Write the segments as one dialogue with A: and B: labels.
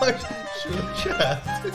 A: کار شروع کرد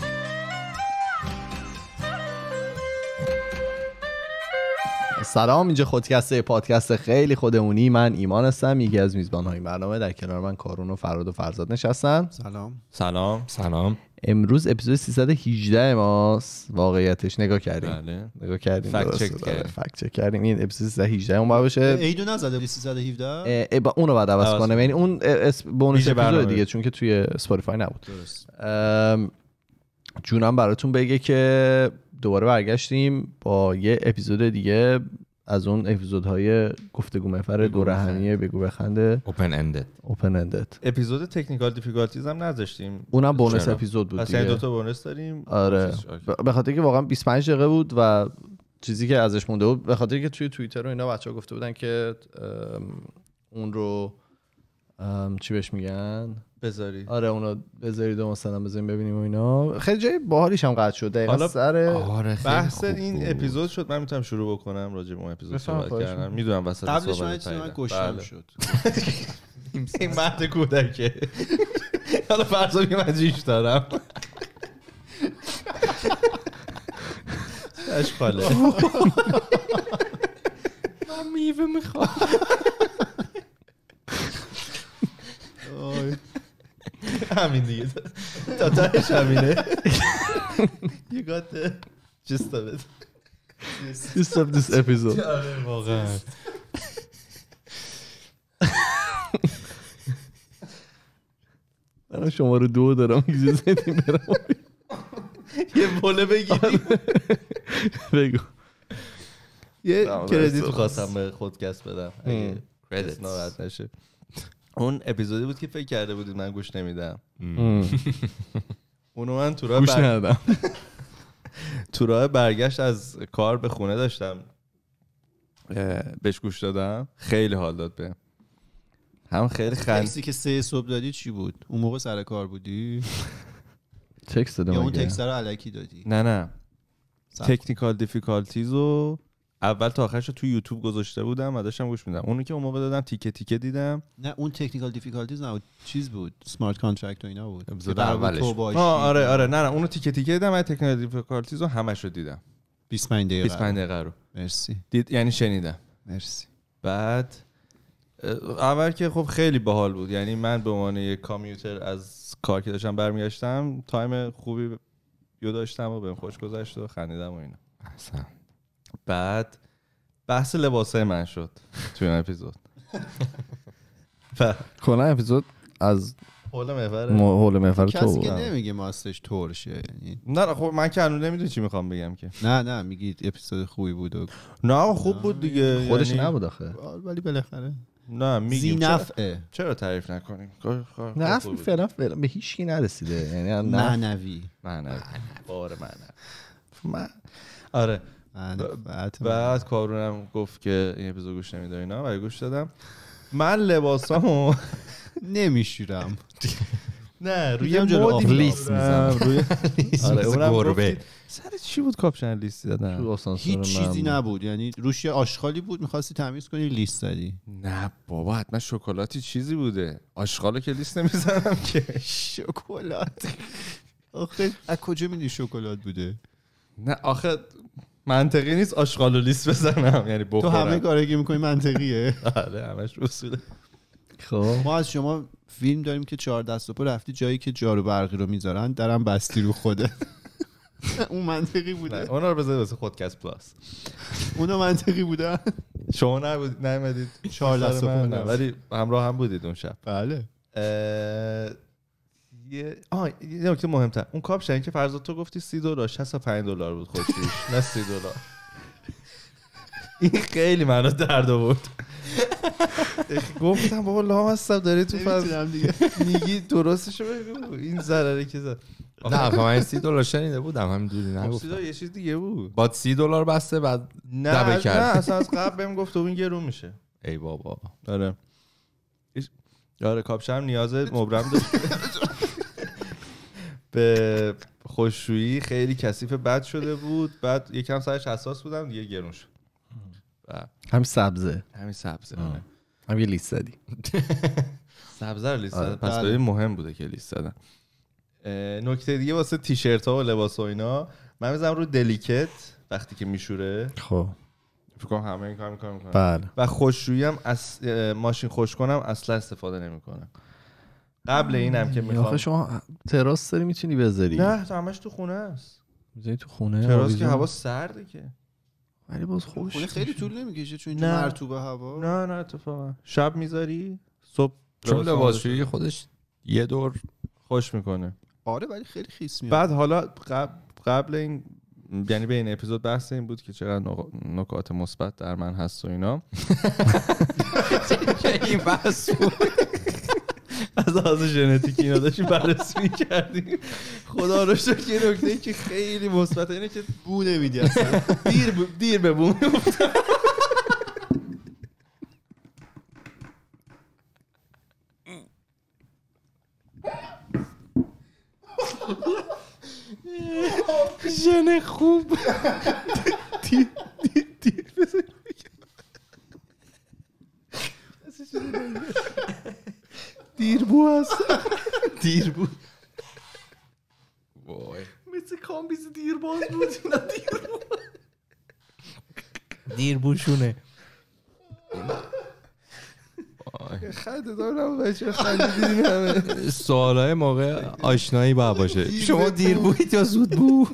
A: سلام اینجا خودکسته پادکست خیلی خودمونی من ایمان هستم یکی از میزبان های برنامه در کنار من کارون و فراد و فرزاد نشستن
B: سلام
C: سلام سلام
A: امروز اپیزود 318 ماست واقعیتش نگاه کردیم
C: بله
A: نگاه کردیم
C: فکت
A: درسته،
C: چک
A: آره،
C: کردیم.
A: فکت چک کردیم این اپیزود 318 اون باید باشه
B: ایدو نزده بودی 317
A: اه، اه، با- اونو بعد عوض
C: عوض
A: کنه یعنی اون اه، اس- بونus
C: ویژه
A: اپیزود
C: برنامه.
A: دیگه چون که توی اسپاتیفای نبود
B: درست
A: ام، جونم براتون بگه که دوباره برگشتیم با یه اپیزود دیگه از اون اپیزودهای گفتگو محور دوره همیه بگو بخنده
C: اوپن اندد
A: اوپن اندد
D: اپیزود تکنیکال دیفیکالتیز هم نذاشتیم
A: اونم بونس
C: چرا؟
A: اپیزود بود
D: پس یعنی
A: دیگه
D: دوتا بونس داریم
A: آره ب- به خاطر که واقعا 25 دقیقه بود و چیزی که ازش مونده بود به خاطر که توی توییتر و اینا بچه‌ها گفته بودن که ام، اون رو ام، چی بهش میگن
D: بذاری
A: آره اونا بذارید و مثلا بذاریم ببینیم و اینا خیلی جای باحالیش هم قطع شد دقیقا
D: حالا
A: سر
C: آره خیلی
D: بحث
C: خوب بود.
D: این اپیزود شد من میتونم شروع بکنم راجع به اون اپیزود
A: بفرما،
D: صحبت
A: خواهش
D: کردم میدونم وسط
B: قبلش من یه
D: صحبت
B: چیزی من
D: تاییدم.
B: گشتم
D: بله.
B: شد
D: این مرد کودکه حالا فرضا میگم من جیش دارم اشکاله
C: من میوه میخوام
B: آی.
D: همین دیگه تا تهش همینه You got the gist of it.
A: دوست of this episode
D: آره واقعا
A: من شما رو دو دارم اجازه بدیم برم
D: یه بوله بگیری
A: آره. بگو
D: یه
A: نه،
D: کردیت
A: درست.
D: خواستم به خودکست بدم اگه کس ناراحت نشه اون اپیزودی بود که فکر کرده بودید من گوش نمیدم اونو من تو راه
A: گوش
D: بر-
A: ندادم
D: تو راه برگشت از کار به خونه داشتم اه، بهش گوش دادم خیلی حال داد بهم هم خیلی خند
B: تکسی که سه صبح دادی چی بود اون موقع سر کار بودی
A: تکست
B: یا
A: دادم
B: اون
A: مگه؟
B: تکس رو علکی دادی
D: نه نه
B: سب.
D: تکنیکال دیفیکالتیز رو اول تا آخرش رو تو یوتیوب گذاشته بودم و داشتم گوش میدم اونو که اون موقع دادم تیکه تیکه دیدم
B: نه اون تکنیکال دیفیکالتیز نه چیز بود سمارت کانترکت و اینا بود که
C: اپیزود
B: قرار بود
C: اولش
B: تو
C: بود.
B: باشی.
D: آه آره آره نه نه اونو تیکه تیکه دیدم و تکنیکال دیفیکالتیز رو همش رو دیدم
B: 25 دقیقه
D: 25 دقیقه رو
B: مرسی
D: دید یعنی شنیدم
B: مرسی
D: بعد اه، اول که خب خیلی باحال بود یعنی من به عنوان یک کامیوتر از کار که داشتم برمیگشتم تایم خوبی یو داشتم و بهم خوش گذشت و خندیدم و اینا
C: اصلا.
D: بعد بحث لباسه من شد توی اون اپیزود و
A: کلا اپیزود از
D: حول محور
A: م- حول محور تو
B: کسی
A: بود
B: که نمیگه ماستش ترشه یعنی
D: نه نه، خب من که هنوز نمیدونی چی میخوام بگم که
B: نه نه میگید اپیزود خوبی بود و
D: نه خوب بود دیگه
A: خودش
D: یعنی-
A: نبود آخه
B: آه، ولی بالاخره
D: نه میگیم چرا,
B: زینفعه
D: چرا تعریف نکنیم خب، کار- کار-
A: نه
D: کار
A: اصلا
D: خوبی بود.
A: فعلا فعلا به هیچ کی نرسیده یعنی نه
B: معنوی
D: معنوی بار معنوی من آره
B: معنویت من.
D: بعد کارونم گفت که این اپیزود گوش نمیده اینا ولی گوش دادم من لباسامو
B: نمیشورم
D: نه
B: می‌ذارم جلو آفتاب.
A: لیست می‌ذارم.
D: روی آره
C: مثل
D: اونم
C: گربه.
D: گفتید. سر چی بود کاپشن لیستی
A: تو
D: دادم
A: آسانسور
B: هیچ چیزی
A: من-
B: نبود یعنی روش یه آشخالی بود میخواستی تمیز کنی لیست دادی
D: نه بابا حتما شکلاتی چیزی بوده آشغالو که لیست نمیزنم که
B: شکلات آخه از کجا میدونی شکلات بوده
D: نه آخه منطقی نیست آشغالو لیست بزنم یعنی
B: تو همه
D: بخورم
B: کاری که میکنی منطقیه
D: آره همش اصوله
A: خب
B: ما از شما فیلم داریم که چهار دست و پا رفتی جایی که جارو برقی رو میذارن درم بستی رو خوده اون منطقی
D: نه،
B: بوده
D: اونا رو بذارید واسه خودکست پلاس
B: اونو منطقی بوده
D: شما نبودید نمیدید
B: چهار دست و پا نبود.
D: ولی همراه هم بودید اون شب
B: بله
D: اه، یه آه یه نکته مهمتر اون کاپشن که فرضا تو گفتی 30 دلار 65 دلار بود خودش نه 30 دلار این خیلی منو درد آورد گفتم بابا لام هستم داری تو فضا
B: نمیتونم دیگه
D: میگی درستشو بگو این ضرره که زد
C: نه آخه من سی دلار شنیده بودم همینجوری
D: خب، سیدا
C: نگفتم
D: یه چیز دیگه بود
C: با سی دلار بسته بعد
D: نه
C: دبه
D: از- نه
C: کرد.
D: اصلا از قبل بهم گفت اون گرون میشه
C: ای بابا
D: آره ایش- آره کاپشم نیاز مبرم داشت به خوشویی خیلی کثیف بد شده بود بعد یکم سرش حساس بودم دیگه گرون شد و
A: هم سبزه
D: همین سبزه
C: آه.
D: آره.
A: هم یه لیست زدی
D: سبزه رو لیست
A: آره.
D: دادن. پس
B: بله.
D: ببین مهم بوده که لیست دادن اه، نکته دیگه واسه تیشرت ها و لباس و اینا من میزنم رو دلیکت وقتی که میشوره
A: خب
D: فکر کنم همه این کار میکنم
A: بله
D: و خوشرویی هم از اه، ماشین خوش کنم اصلا استفاده نمیکنم قبل اینم که میخوام
A: آخه شما تراس داری میتونی بذاری
D: نه تو همش تو خونه است
A: میذاری تو خونه
D: تراس که
A: آویزون.
D: هوا سرده که
A: ولی باز خوش
B: خونه خب، خیلی طول نمیکشه چون اینجا
D: نه.
B: مرطوبه هوا
D: نه نه اتفاقا شب میذاری صبح
C: چون
D: لباسامو
C: لباسشویی خودش یه دور
D: خوش میکنه
B: آره ولی خیلی خیس میاد
D: بعد حالا قبل قبل این یعنی به این اپیزود بحث این بود که چقدر نق- نکات مثبت در من هست و اینا
B: بله.
C: این بس
D: از لحاظ ژنتیکی اینا داشتیم بررسی می‌کردیم خدا رو شکر یه نکته که خیلی مثبت اینه که
B: بو نمیدی اصلا
D: دیر ب... دیر به بوم
C: ژن خوب
D: دیر بو هست دیر بو
A: مثل کامبیز دیرباز بود
C: دیر بوشونه
D: خنده دارم بچه خندیدین همه
C: سوالای موقع آشنایی با باشه
B: دیر
C: شما
B: به
C: دیر
B: بو.
C: بوید یا زود بو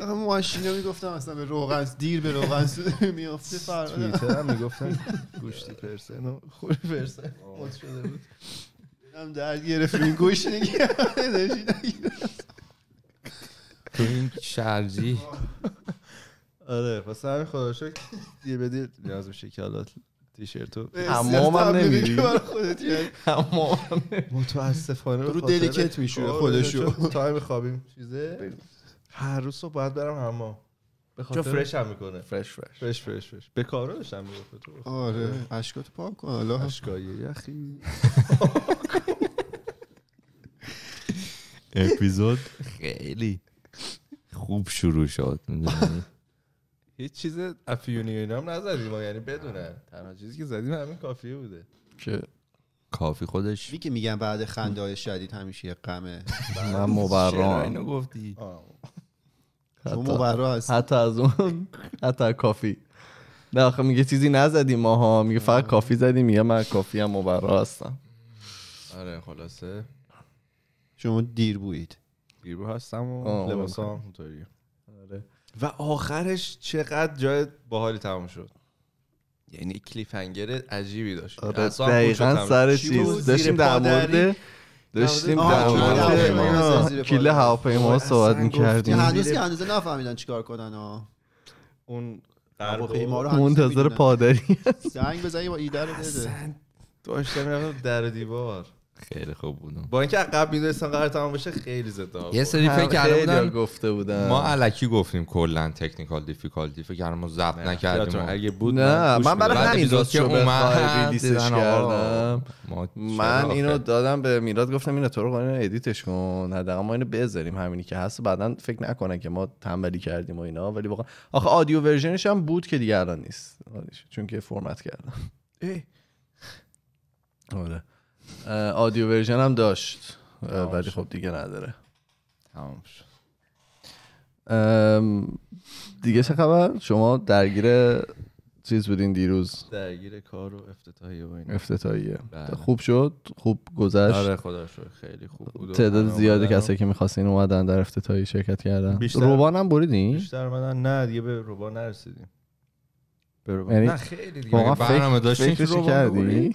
B: آخه ماشینا میگفتم اصلا به روغن دیر به روغن میافته فرق
D: توییتر هم میگفتن گوشت پرسن و خوری پرسن مد شده بود
B: هم درد گرفت این گوش نگیر انرژی نگیر.
C: تو این شرجی
D: آره واسه همین خدا رو شکر دیر به دیر نیاز میشه که حالا تیشرت و
A: حمام هم
B: تبلیغی
A: نمیری؟
B: که برای خودت یعنی. کردی.
D: متاسفانه به
B: رو
D: خاطر-
B: دلیکت میشوره
D: آره،
B: خودشو.
D: چون تایم خوابیم چیزه هر روز صبح باید برم حمام به خاطر فرش هم میکنه
A: فرش فرش
D: فرش فرش فرش به کارا داشتم میگفت تو
B: آره اشکاتو پاک کن حالا
D: اشکایی یخی
C: اپیزود خیلی خوب شروع شد می‌دونی؟
D: هیچ چیز افیونی و اینا هم نزدیم ما یعنی بدونن تنها چیزی که زدیم همین کافیه بوده
A: که
C: کافی خودش
B: می که میگن بعد خنده های شدید همیشه یه غمه
A: من
C: چرا
A: مبرام
C: اینو گفتی
D: آه.
B: شما
A: حتی-
B: مبرا هست
A: حتی از اون حتی از کافی نه آخه میگه چیزی نزدیم ماها میگه فقط کافی زدیم میگه من کافی هم مبرا هستم
D: آره خلاصه
B: شما دیر بوید
D: بیرو هستم و
A: آه،
D: لباسام اونطوریه و آخرش چقدر جای باحالی تموم شد یعنی کلیفنگر عجیبی داشت
A: آره
D: اعصاب خورد شدم.
A: دقیقا سر
D: چی بود؟
A: چیز
D: زیر
A: داشتیم در
D: پادری؟
A: مورد داشتیم
B: آه،
A: در
B: کیل
A: مورد
B: هواپیما.
A: اینا،
B: زیر
A: کیل
B: پادری.
A: هواپیما صحبت
D: اصلا
B: که
A: میکردیم
D: گفتیم.
B: هنوز که هنوز نفهمیدن چیکار کنن ها
D: اون
B: هواپیما
D: هواپیما
B: رو هنوز
A: منتظر
B: نمی‌دونن.
A: پادری
B: زنگ بزنی با ایده رو بده
D: داشتم می‌رفتم در و دیوار
C: خیلی خوب بودم
D: با اینکه عقب میدونستم قرار تمام بشه خیلی زد آب
A: خب،
D: خورد.
C: یه سری فکر کرده
A: خیلیا
C: بودن
A: گفته بودن
C: ما علکی گفتیم کلا تکنیکال دیفیکالتی فکر کردم ما ضبط نکردیم
D: یادتونه، اگه بود
A: نه
D: گوش
A: من برای
D: می‌دادم.
C: بعد
A: همین
C: اپیزود
A: راست
C: که
A: شو بخوای
C: اومد،
A: ریلیسش
C: دیدن آقا.
A: کردم
C: ما چرا
A: من
C: آخه؟ یعنی
A: اینو دادم به میلاد گفتم اینو تو رو قانون ادیتش کن حداقل ما اینو بذاریم همینی که هست بعدا فکر نکنن که ما تنبلی کردیم و اینا ولی واقعا آخه آدیو ورژنش هم بود که دیگه الان نیست چون که فرمت کردم
D: ای.
A: آره اه، آدیو ورژن هم داشت اه،
D: تمام
A: ولی
D: شد.
A: خب دیگه نداره
D: تمام شد
A: ام، دیگه چه خبر شما درگیر چیز بودین دیروز
D: درگیر کار و افتتاحیه و اینا
A: افتتاحیه
D: بله.
A: خوب شد خوب گذشت
D: آره خدا شکر خیلی خوب بود و
A: تعداد
D: همه
A: زیاد
D: اومدن و
A: کسایی که میخواستین اومدن در افتتاحی شرکت کردن
D: بیشتر-
A: روبان هم بریدین
D: بیشتر اومدن نه دیگه به ربا نرسیدیم به ربا
A: یعنی
D: نه خیلی دیگه
A: واقعا
C: مگه برنامه
A: فکر
C: داشتین
A: فکرشو
C: که روبان
A: کردی
C: ببری؟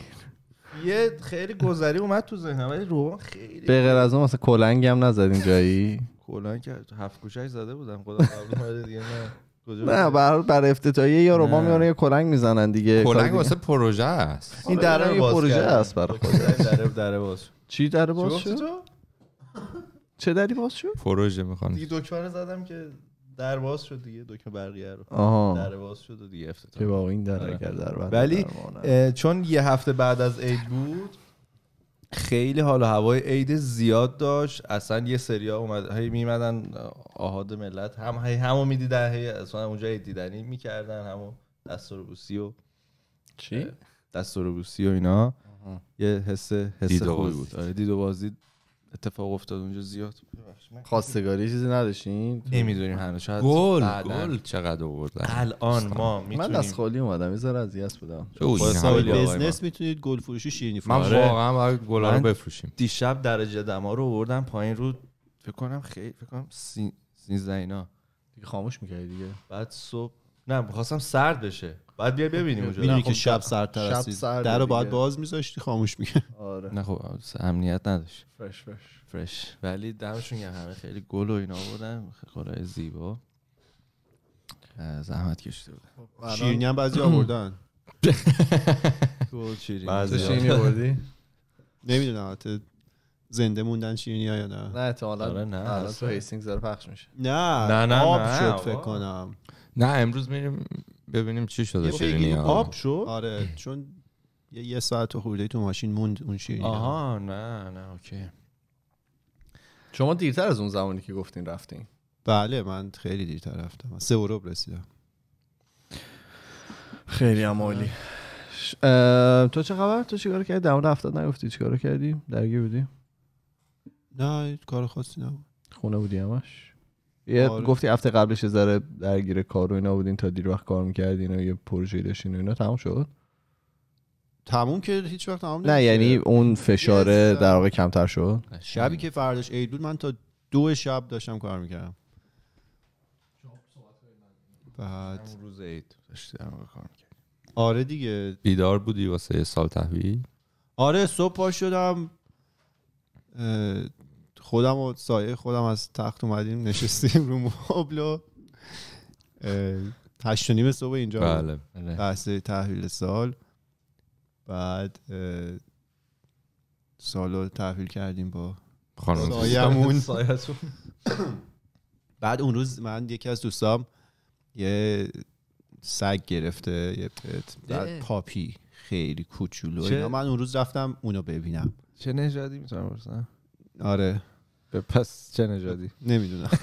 D: یه خیلی گذری اومد تو ذهنم ولی روبان خیلی
A: به غیر از اون مثلا کلنگ هم نزدین جایی
D: کلا که هفت گوشش زده بودم خدا قبول اومده دیگه نه کجا
A: نه برای برای افتتاحیه یا ربام میارن یا کلنگ میزنن دیگه کار
C: کلنگ
A: دیگه.
C: واسه پروژه است
A: این دره یه
D: باز
A: پروژه
D: کردن.
A: است برای خود
D: دره دره باز شد.
A: چی در
D: چی
A: باز
D: گفتی
A: شد
D: تو
A: چه دری باز شد
C: پروژه میخوان
D: دیگه دکمه رو زدم که در باز شد دیگه دکمه برقیه رو
A: آها
D: در باز شد و دیگه افتتاح
A: که با این دره
D: آره.
A: اگر در بند
D: ولی
A: در مانه.
D: اه، چون یه هفته بعد از عید بود خیلی حال و هوای عید زیاد داشت اصلا یه سریا اومد هی میمدن آهاد ملت هم هی همو میدیدن هی اصلا اونجا عید دیدنی میکردن همو دستور بوسی و
A: چی
D: دستور بوسی و اینا یه حس حس
C: دید و
D: خوبی
C: بازدید.
D: بود آره دید و بازدید اتفاق افتاد اونجا زیاد
A: خواستگاری چیزی نداشتین
D: نمیدونیم هنوز شاید
C: گل
D: بعداً.
C: گل چقدر آوردن
D: الان ما
A: من
D: میتونیم
A: از خالی اومدم یه ذره اذیت بودم
C: چه حضوری
D: خواستم
C: همه.
D: ولی آقای ما.
B: بزنس میتونید گل فروشی شیرینی
C: من
B: فروشی
C: واقعا باید گلا رو
D: من-
C: بفروشیم
D: دیشب درجه دما رو آوردن پایین رو فکر کنم خیلی فکر کنم سی- 13 اینا
A: دیگه خاموش میکردی دیگه
D: بعد صبح نه میخواستم سرد بشه بعد بیا ببینیم اونجا
B: میدونی
D: نه، خب،
B: که شب سردتر
A: شب
B: است
A: سرده
B: در رو باید
A: دیگه.
B: باز میذاشتی خاموش میگه
A: آره
D: نه خب امنیت نداشت
A: فرش فرش
D: فرش ولی دمشون گرم همه خیلی گل و اینا آوردن گلای زیبا اه، زحمت کشیده بود
B: شیرینی هم بعضی آوردن
D: گل شیرین
A: تو شیرینی بردی؟
B: نمیدونم البته زنده موندن شیرینی ها یا نه
A: نه احتمالا
D: آره، نه.
A: الان تو هیستینگ داره پخش میشه
B: نه
D: نه، نه،
B: آب
D: نه،
B: شد
D: آقا.
B: فکر کنم
C: نه امروز میریم ببینیم چی شده شیرینی
D: آب شد
B: آره چون یه, یه ساعت و خورده تو ماشین موند اون شیرینی ها.
D: آها نه نه اوکی
A: شما دیرتر از اون زمانی که گفتین رفتین
B: بله من خیلی دیرتر رفتم سه و ربع رسیدم
A: خیلی هم عالی تو چه خبر تو چیکار کردی در مورد هفتاد نگفتی چیکار کردی درگیر بودی
B: نه کار خاصی نبود
A: خونه بودی همش یه
B: آره.
A: گفتی هفته قبلش یه ذره درگیر کار و اینا بودین تا دیر وقت کار میکردین و یه پروژه داشتین و اینا تمام شد
B: تموم که هیچ وقت تموم
A: نه
B: نمیشه.
A: یعنی اون فشاره
B: Yes.
A: در واقع کمتر شد
B: شبی که فرداش عید بود من تا دو شب داشتم کار میکردم بعد
D: اون روز عید داشتی در واقع کار می‌کردی.
B: آره دیگه
C: بیدار بودی واسه یه سال تحویل
B: آره صبح پا شدم اه، خودم و سایه خودم از تخت اومدیم نشستیم رو مبل و اه، هشت و نیم صبح اینجا بود.
C: بله
B: لحظه تحویل سال بعد اه، سال رو تحویل کردیم با
C: خانم
B: سایمون
D: سایتون.
B: بعد اون روز من یکی از دوستام یه سگ گرفته یه پت بعد پاپی خیلی کوچولو
D: چه؟
B: اینا. من اون روز رفتم اونو ببینم
D: چه نژادی میتونم برسن
B: آره
D: پس چه نژادی
B: نمیدونم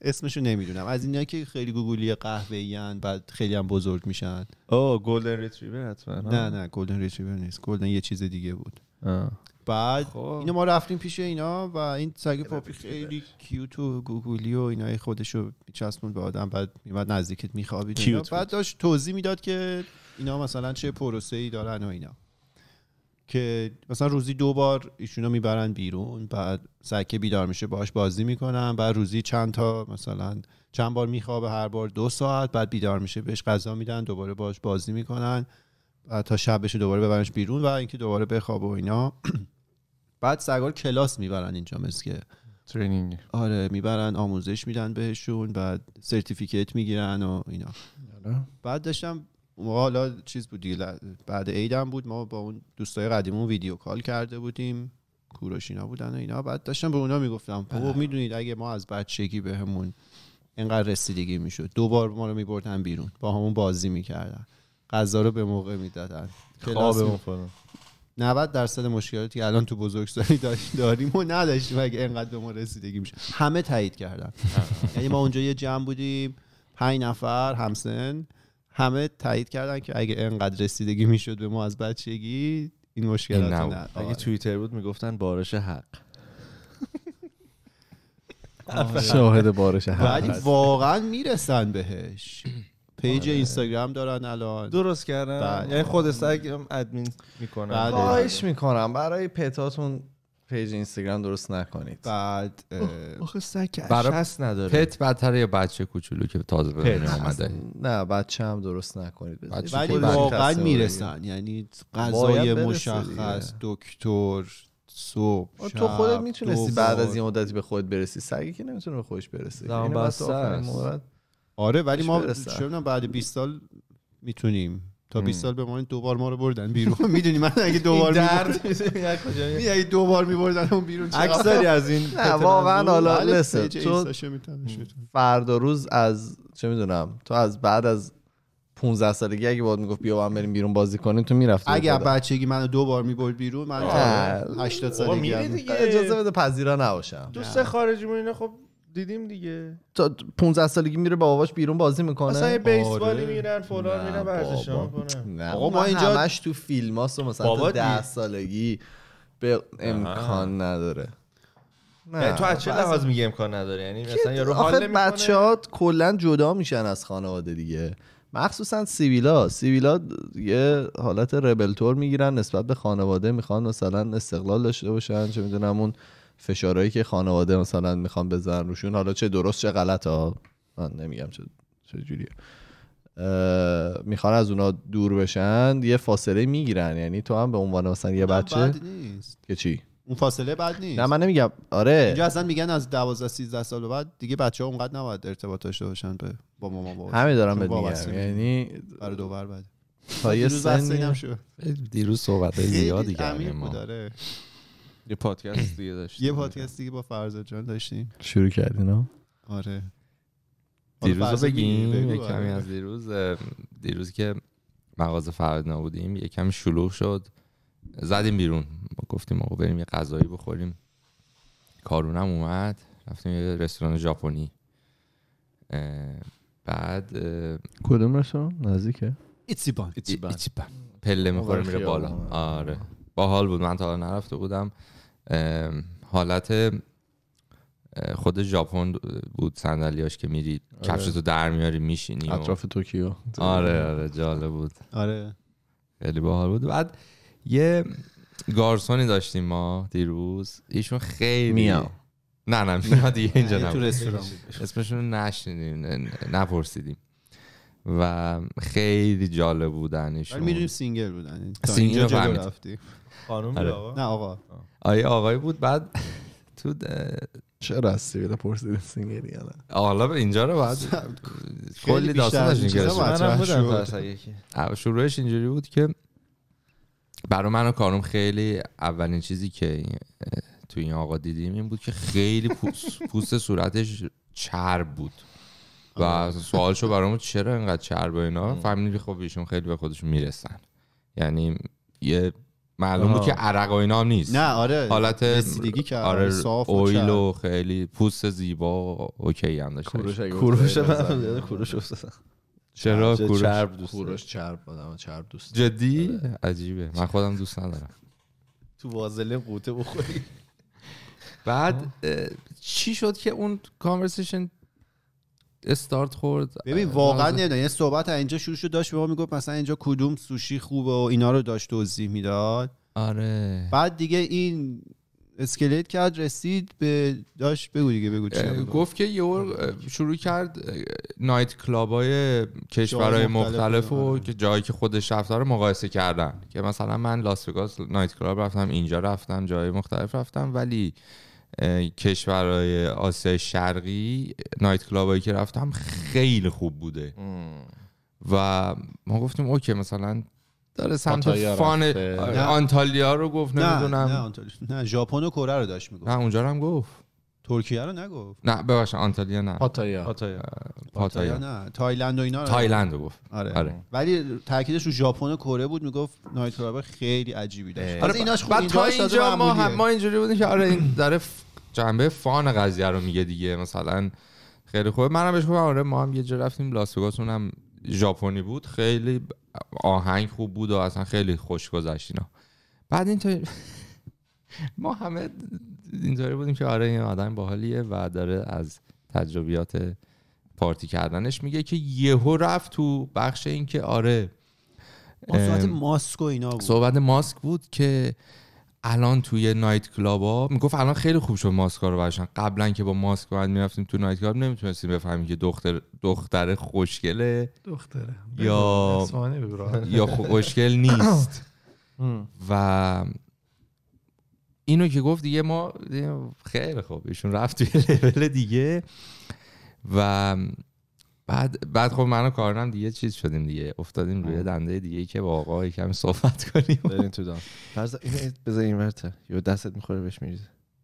B: اسمشو نمیدونم از اینا که خیلی گوگلی قهوه‌ای بعد خیلی هم بزرگ میشن
D: او گلدن ریتریور حتما
B: نه نه گلدن ریتریور نیست گلدن یه چیز دیگه بود
D: نه
B: بعد
D: خب.
B: اینو ما رفتیم پیش اینا و این سگ پاپی خیلی کیوت و گوگولی و اینای خودشو میچسبون به آدم بعد میمد نزدیکت میخوابید و اینا.
D: کیوت بود.
B: بعد داشت توضیح میداد که اینا مثلا چه پروسه ای دارن و اینا که مثلا روزی دو بار ایشونو میبرن بیرون بعد سگ که بیدار میشه باهاش بازی میکنن بعد روزی چند تا مثلا چند بار میخوابه هر بار دو ساعت بعد بیدار میشه بهش غذا میدن دوباره باهاش بازی میکنن بعد تا شب بشه دوباره ببرنش بیرون و اینکه دوباره بخوابه و اینا بعد سگار کلاس میبرن اینجا مسکه
D: ترینینگ
B: آره میبرن آموزش میدن بهشون بعد سرتیفیکت میگیرن و اینا بعد داشتم ما حالا چیز بود دیگه ل- بعد عیدم بود ما با اون دوستای قدیمون ویدیو کال کرده بودیم کوروش اینا بودن و اینا بعد داشتم به اونا میگفتم بابا میدونید اگه ما از بچگی بهمون اینقدر رسیدگی میشد دو بار ما رو میبردن بیرون با همون بازی میکردن غذا رو به موقع میدادن
D: خوابمون فلان
B: 90 درصد مشکلاتی که الان تو بزرگسالی داشت- داریم و نداشتیم اگه اینقدر به ما رسیدگی میشه همه تایید کردن یعنی ما اونجا یه جمع بودیم پنج نفر همسن همه تایید کردن که اگه اینقدر رسیدگی میشد به ما از بچگی این مشکلات
C: این
B: رو
C: نبود.
B: نه آره.
D: اگه توییتر بود میگفتن بارش حق
A: آره. شاهد بارش
B: ولی واقعا میرسن بهش
A: آره.
B: پیج اینستاگرام دارن الان
D: درست
B: بله.
D: کردن یعنی خود سگ هم ادمین میکنن
B: بله.
A: خواهش میکنم برای پتاتون پیج اینستاگرام درست نکنید
B: بعد اه،
D: آخه سگ
C: برا-
D: اشخص نداره
C: پت بدتر یا بچه کوچولو که تازه به دنیا آمده
A: نه بچه هم درست نکنید بذارید.
C: بچه
B: ولی
C: خودش
B: واقعا
A: خسته
B: میرسن یعنی غذای
A: باید برسه
B: مشخص دکتر صبح
A: تو خودت
B: شب،
A: میتونستی
B: دو
A: بعد
B: بار.
A: از این مدتی به خودت برسی سگی که نمیتونه به خودش برسه
D: زمان
A: اینو بس
D: بسته
A: آخرین
D: است.
A: مورد
B: آره ولی
A: بهش
B: ما
A: برسن.
B: چه می‌دونم بعد 20 سال میتونیم تا 20 سال بمانید دوبار ما رو بردن بیرون میدونی من اگه دوبار می‌بردن- می‌دونی یعنی اگه دوبار میبردن اون بیرون
D: عکس داری از این
A: نه واقعا حالا
B: بله،
A: لسه
B: پیج
A: تو
B: اینستاشو می‌تونم بهشون.
A: فردا روز از چه میدونم تو از بعد از 15 سالگی اگه باید میگفت بیا با هم بریم بیرون بازی کنیم تو بله. میرفتی
B: اگه بچگی منو دو بار میبرد بیرون من
A: آه.
B: 80
D: بابا
B: سالگی
D: میری
B: هم.
A: اجازه
D: دیگه
A: بده پذیرا نباشم
D: دوست خارجی اینا خب دیدیم دیگه
A: تا 15 سالگی میره با باباش بیرون بازی میکنه
D: مثلا یه
B: آره.
D: بیسبالی میرن فلان میرن ورزش کنن
A: نه
B: آقا،
A: آقا
B: ما
A: ما
B: اینجا-
A: همش تو فیلم هاست و مثلا
D: بابا
A: تا
D: دی-
A: 10 سالگی به امکان نداره
D: یعنی تو از چه
A: بس-
D: لحاظ میگی امکان نداره یعنی مثلا یارو حال
A: آخه
D: نمیکنه
A: بچه ها کلا جدا میشن از خانواده دیگه مخصوصا سیویلا سیویلا یه حالت ربل تور میگیرن نسبت به خانواده میخوان مثلا استقلال داشته باشن چه میدونم اون فشارهایی که خانواده مثلا میخوان بزنن روشون حالا چه درست چه غلط ها من نمیگم چه, چه جوریه اه، میخوان از اونا دور بشن یه فاصله میگیرن یعنی تو هم به عنوان مثلا یه بچه
B: بد نیست
A: که چی
B: اون فاصله بد نیست
A: نه من نمیگم آره
B: اینجا اصلا میگن از 12 13 سال به بعد دیگه بچه ها اونقدر نباید ارتباط داشته باشن به با مامان بابا
A: همین دارم
B: چون
A: بهت
B: وابسته
A: میگم
B: می‌شن.
A: یعنی
B: برای دوبار بعد
A: تا یه
B: دیروز بحث اینم
A: سنی
B: شد.
C: دیروز صحبت زیادی
B: خیلی عمیق
C: کردیم
B: بود،
C: ما.
B: آره.
D: یه پادکست دیگه داشت
B: یه پادکست دیگه با فرزاد جان داشتیم
A: شروع کردی نه
B: آره حالا
C: دیروز
B: فرزاد
C: رو
B: می‌گی،
C: بگیم
B: بگو،
C: یه
B: آره.
C: کمی از دیروز اه، دیروز که مغازه فرد بودیم یه کمی شلوغ شد زدیم بیرون ما گفتیم آقا بریم یه غذایی بخوریم کارونم اومد رفتیم یه رستوران ژاپنی اه، بعد اه،
A: کدوم رستوران نزدیکه
B: ایتسیبان
C: ایچیبان. پله میخوره
A: اون ور
C: میره بالا
A: خیابون.
C: آره باحال بود من تا حالا نرفته بودم ام، حالت اه، خود ژاپن بود صندلیاش که میری
A: آره.
C: کفشتو در میاری میشینی و-
A: اطراف توکیو
C: آره آره جالب بود
B: آره
C: خیلی باحال بود بعد یه گارسونی داشتیم ما دیروز ایشون خیلی
A: میاو.
C: نه نه میاد دیگه اینجا
B: یه یعنی تو
C: نبود
B: رستوران بود.
C: اسمشون رو نشنیدیم ن- نپرسیدیم و خیلی جالب بودن ایشون
B: ولی میدونیم سینگل بودن تا
C: سینگل
B: اینجا
C: رو
B: جلو
C: فهمیدیم.
B: رفتی
D: خانم
C: آره.
D: بود آقا
B: نه آقا
C: آیه آقایی بود بعد تو د-
A: چرا از سیویل پرسیدی سینگلی یا نه
C: حالا به اینجا رو بعد کلی
B: بیشتر از
C: داستان
B: این
C: داشتیم که
B: چیزا
C: رسوندیم.
B: مطرح
D: منم
B: شد.
D: بودم پس اگه که
C: شروعش اینجوری بود که برای من و کارم خیلی اولین چیزی که این- تو این آقا دیدیم این بود که خیلی پوست, پوست صورتش چرب بود و سوال شو برامون چرا اینقدر چرب و اینا فهمیدیم که خب ایشون خیلی به خودشون میرسن یعنی یه معلوم بود
D: آها.
C: که عرق و اینا هم نیست
B: نه آره
C: حالت
B: رسیدگی کرد
C: آره
B: صاف و
C: اویل
B: چرب.
C: و خیلی پوست زیبا و اوکی هم داشت
D: کوروش من یاد کوروش افتادم
C: چرا
D: چه
C: کوروش
D: چرب دوست داری؟
A: کوروش چرب آدم چرب دوست داره.
C: جدی عجیبه من خودم دوست ندارم
D: تو وازله قوطه بخوری
C: بعد اه، چی شد که اون کانورسیشن استارت خورد آره.
B: ببین واقعا نمیدونم یه صحبت از اینجا شروع شد داشت به ما میگفت مثلا اینجا کدوم سوشی خوبه و اینا رو داشت توضیح میداد
C: آره
B: بعد دیگه این اسکلت کرد رسید به داشت بگو دیگه بگو چی
C: اه،
B: بود.
C: گفت که یهو شروع کرد اه، نایت کلاب های کشورهای
B: مختلف
C: مختلف و
B: آره.
C: که جایی که خودش رفته رو مقایسه کردن که مثلا من لاس وگاس نایت کلاب رفتم اینجا رفتم جای مختلف رفتم ولی اه، کشورهای آسیای شرقی نایت کلاب هایی که رفتم خیلی خوب بوده و ما گفتیم اوکی مثلا داره سمت
A: پاتایا
C: فان
A: رفته.
C: آره،
B: نه.
C: آنتالیا رو گفت
B: نه نه
C: نمیدونم
B: آنطوری. نه ژاپن و کره رو داشت میگفت
C: نه اونجا رو هم گفت
B: ترکیه رو نگفت
C: نه ببخشید آنتالیا نه
A: پاتایا
D: پاتایا
C: پاتایا
B: نه تایلند و اینا رو
C: تایلند رو گفت
B: آره.
C: آره.
B: ولی تاکیدش رو ژاپن و کره بود میگفت نایت کلاب خیلی عجیبی داشت
C: آره
B: آره ایناش خوب
C: بعد تا
B: اینجاش تازه
C: اینجا ما
B: معمولیه.
C: هم ما اینجوری بودیم که آره این داره ف- جنبه فان قضیه رو میگه دیگه مثلا خیلی خوبه منم بهش گفتم آره ما هم یه جا رفتیم لاس وگاس اونم ژاپنی بود خیلی ب- آهنگ خوب بود و اصلا خیلی خوش گذشت اینا بعد اینطوری ما همه اینطوری بودیم که آره این آدم باحالیه و داره از تجربیات پارتی کردنش میگه که یهو رفت تو بخش این که آره
B: ما صورت
C: ام،
B: ماسک و اینا بود
C: صحبت ماسک بود که الان توی نایت کلاب ها میگفت الان خیلی خوب شد ماسک ها رو برشن قبلا که با ماسک بعد میرفتیم تو نایت کلاب نمیتونستیم بفهمیم که دختر دختر خوشگله
A: دختره
C: یا-
A: اسمانی بگو راحت.
C: یا خو- خوشگل نیست و اینو که گفت دیگه ما دیگه خیلی خوب ایشون رفت توی لول دیگه و بعد بعد خب منو کارنم دیگه چیز شدیم دیگه افتادیم روی دنده دیگه که با آقا یکم صحبت کنیم
D: برین تو دام فرض این بذار این ورته یا دستت میخوره بهش میریزه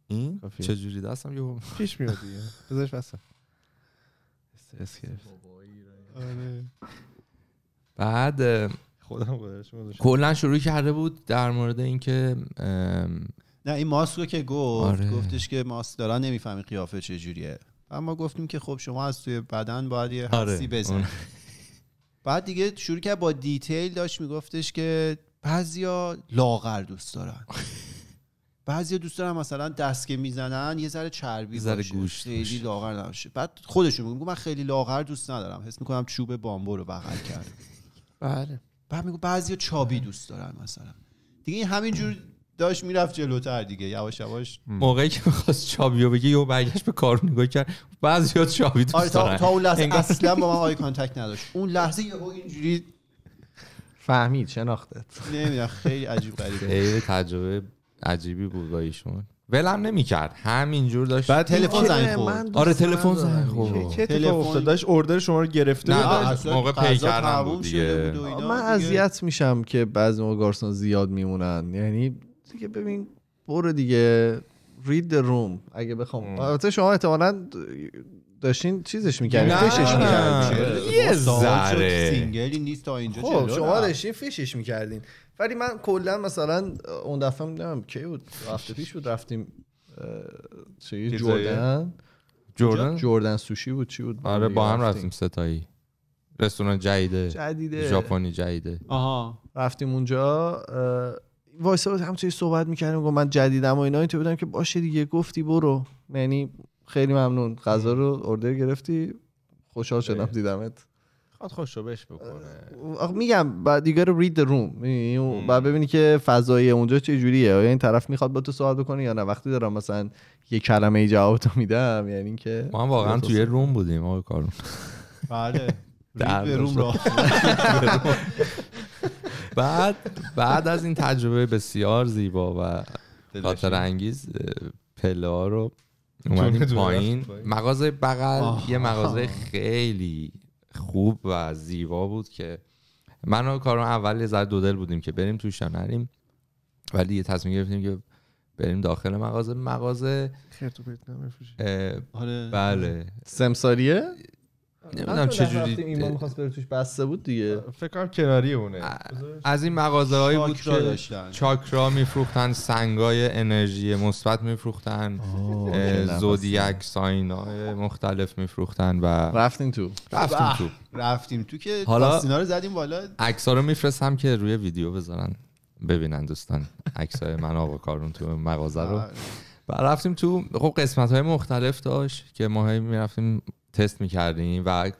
C: این
D: کافیه.
C: چجوری دستم یهو
D: پیش میاد دیگه بذارش بسه استرس گرفت
C: بعد اه،
D: خودم گذاشتم گذاشتم.
C: کلا شروع کرده بود در مورد اینکه ام،
B: نه این ماسک رو که گفت
C: آره.
B: گفتش که ماسک دارن نمیفهمی قیافه چجوریه اما گفتیم که خب شما از توی بدن باید یه
C: آره،
B: حسی بزن
C: اون.
B: بعد دیگه شروع کرد با دیتیل داشت میگفتش که بعضیا لاغر دوست دارن بعضیا دوست دارن مثلا دست که میزنن یه ذره چربی
C: یه ذره
B: باشه
C: گوشت
B: خیلی
C: باشه.
B: لاغر نباشه بعد خودشون میگه من خیلی لاغر دوست ندارم حس میکنم چوب بامبو رو بغل کرد
D: بله
B: بعد میگو بعضیا چابی دوست دارن مثلا دیگه این همینجور داشت میرفت جلوتر دیگه یواش یواش
C: موقعی که میخواست چابیو بگه یهو برگشت به کارو نگاه کرد بعضی ها چابی
B: آره
C: دوست
B: تا,
C: دارن
B: تا اون لحظه
C: انگار-
B: اصلا با من آی کانتکت نداشت اون لحظه یهو اینجوری
A: فهمید شناختت
B: نمیدونم خیلی عجیب غریبه
C: خیلی تجربه عجیبی بود با ایشون ولم نمیکرد همینجور داشت
B: بعد تلفن زنگ خورد.
C: آره، تلفن زنگ خورد.
A: چه
B: تلفن-
A: اتفاقی
D: افتاد خب. داشت اوردر شما رو گرفته
C: نه،
D: بود.
C: بعد
B: اصلا
C: موقع
B: غذا
C: پی کردن
B: تموم
C: بود
B: شده
C: دیگه.
B: بود و اینا
A: من
B: دیگه.
A: اذیت میشم که بعضی موقع گارسون زیاد میمونن یعنی دیگه ببین برو دیگه رید روم اگه بخوام البته شما احتمالا داشتین چیزش میکردین
C: نه.
A: فیشش میکردین
C: نه. یه
B: ما آره، ساعت شد،
C: ذره.
B: سینگلی نیست تا اینجا
A: خب
B: جلو
A: شما
B: رفت.
A: داشتین فیشش میکردین ولی من کلا مثلا اون دفعه میدونم کی بود دو هفته پیش بود رفتیم اه، چی
D: پیتزایی؟
A: جردن
C: جردن
A: جردن سوشی بود چی بود
C: آره با هم رفتیم ستایی رستوران جدیده
A: جدیده
C: ژاپنی جدیده
B: آها
A: رفتیم اونجا اه، وایسا بود همچنین صحبت میکردیم گفت من جدیدم و اینا اینطور بودم که باشه دیگه گفتی برو یعنی خیلی ممنون غذا رو اردر گرفتی خوشحال شدم دیدمت
D: خواد خوش رو بهش بکنه
A: آخه میگم بعد دیگه رو رید روم یعنی بعد ببینی که فضای اونجا چه جوریه آیا این طرف میخواد با تو صحبت بکنه یا نه وقتی دارم مثلا یه کلمه ای جواب تو میدم یعنی اینکه
C: ما هم واقعا
A: تو
C: توی روم بودیم آقای کارون
B: بله رید
C: درد
B: به روم
C: داشت.
B: راه
C: بعد بعد از این تجربه بسیار زیبا و خاطر انگیز اه، پله ها رو
D: تونه
C: اومدیم
D: تونه
C: پایین
D: رفتیم پایین.
C: مغازه بغل
B: آها.
C: یه مغازه خیلی خوب و زیبا بود که من و کارون اول یه ذره دودل بودیم که بریم توش یا نریم ولی یه تصمیم گرفتیم که بریم داخل مغازه مغازه
D: خیر تو پیت نمیفروشی
C: اه،
B: آره
C: بله
A: سمساریه
C: نمیدونم
A: رفتیم،
C: چجوری
A: ایمان میخواست بره توش بسته بود دیگه
D: فکر کنم کناری اونه
C: از این مغازه هایی بود
B: چاکرا
C: که
B: داشتن
C: چاکرا میفروختن سنگای انرژی مثبت میفروختن
A: اوکی،
C: زودیک ساینای مختلف میفروختن و
A: رفتین تو
C: رفتیم تو
B: رفتیم تو که
C: حالا-
B: حالا رو زدیم بالا
C: عکس‌ها رو میفرستم که روی ویدیو بذارن ببینن دوستان عکسای من آقا کارون تو مغازه
B: آره.
C: رو و رفتیم تو خب قسمت های مختلف داشت که ما هی میرفتیم تست میکردیم و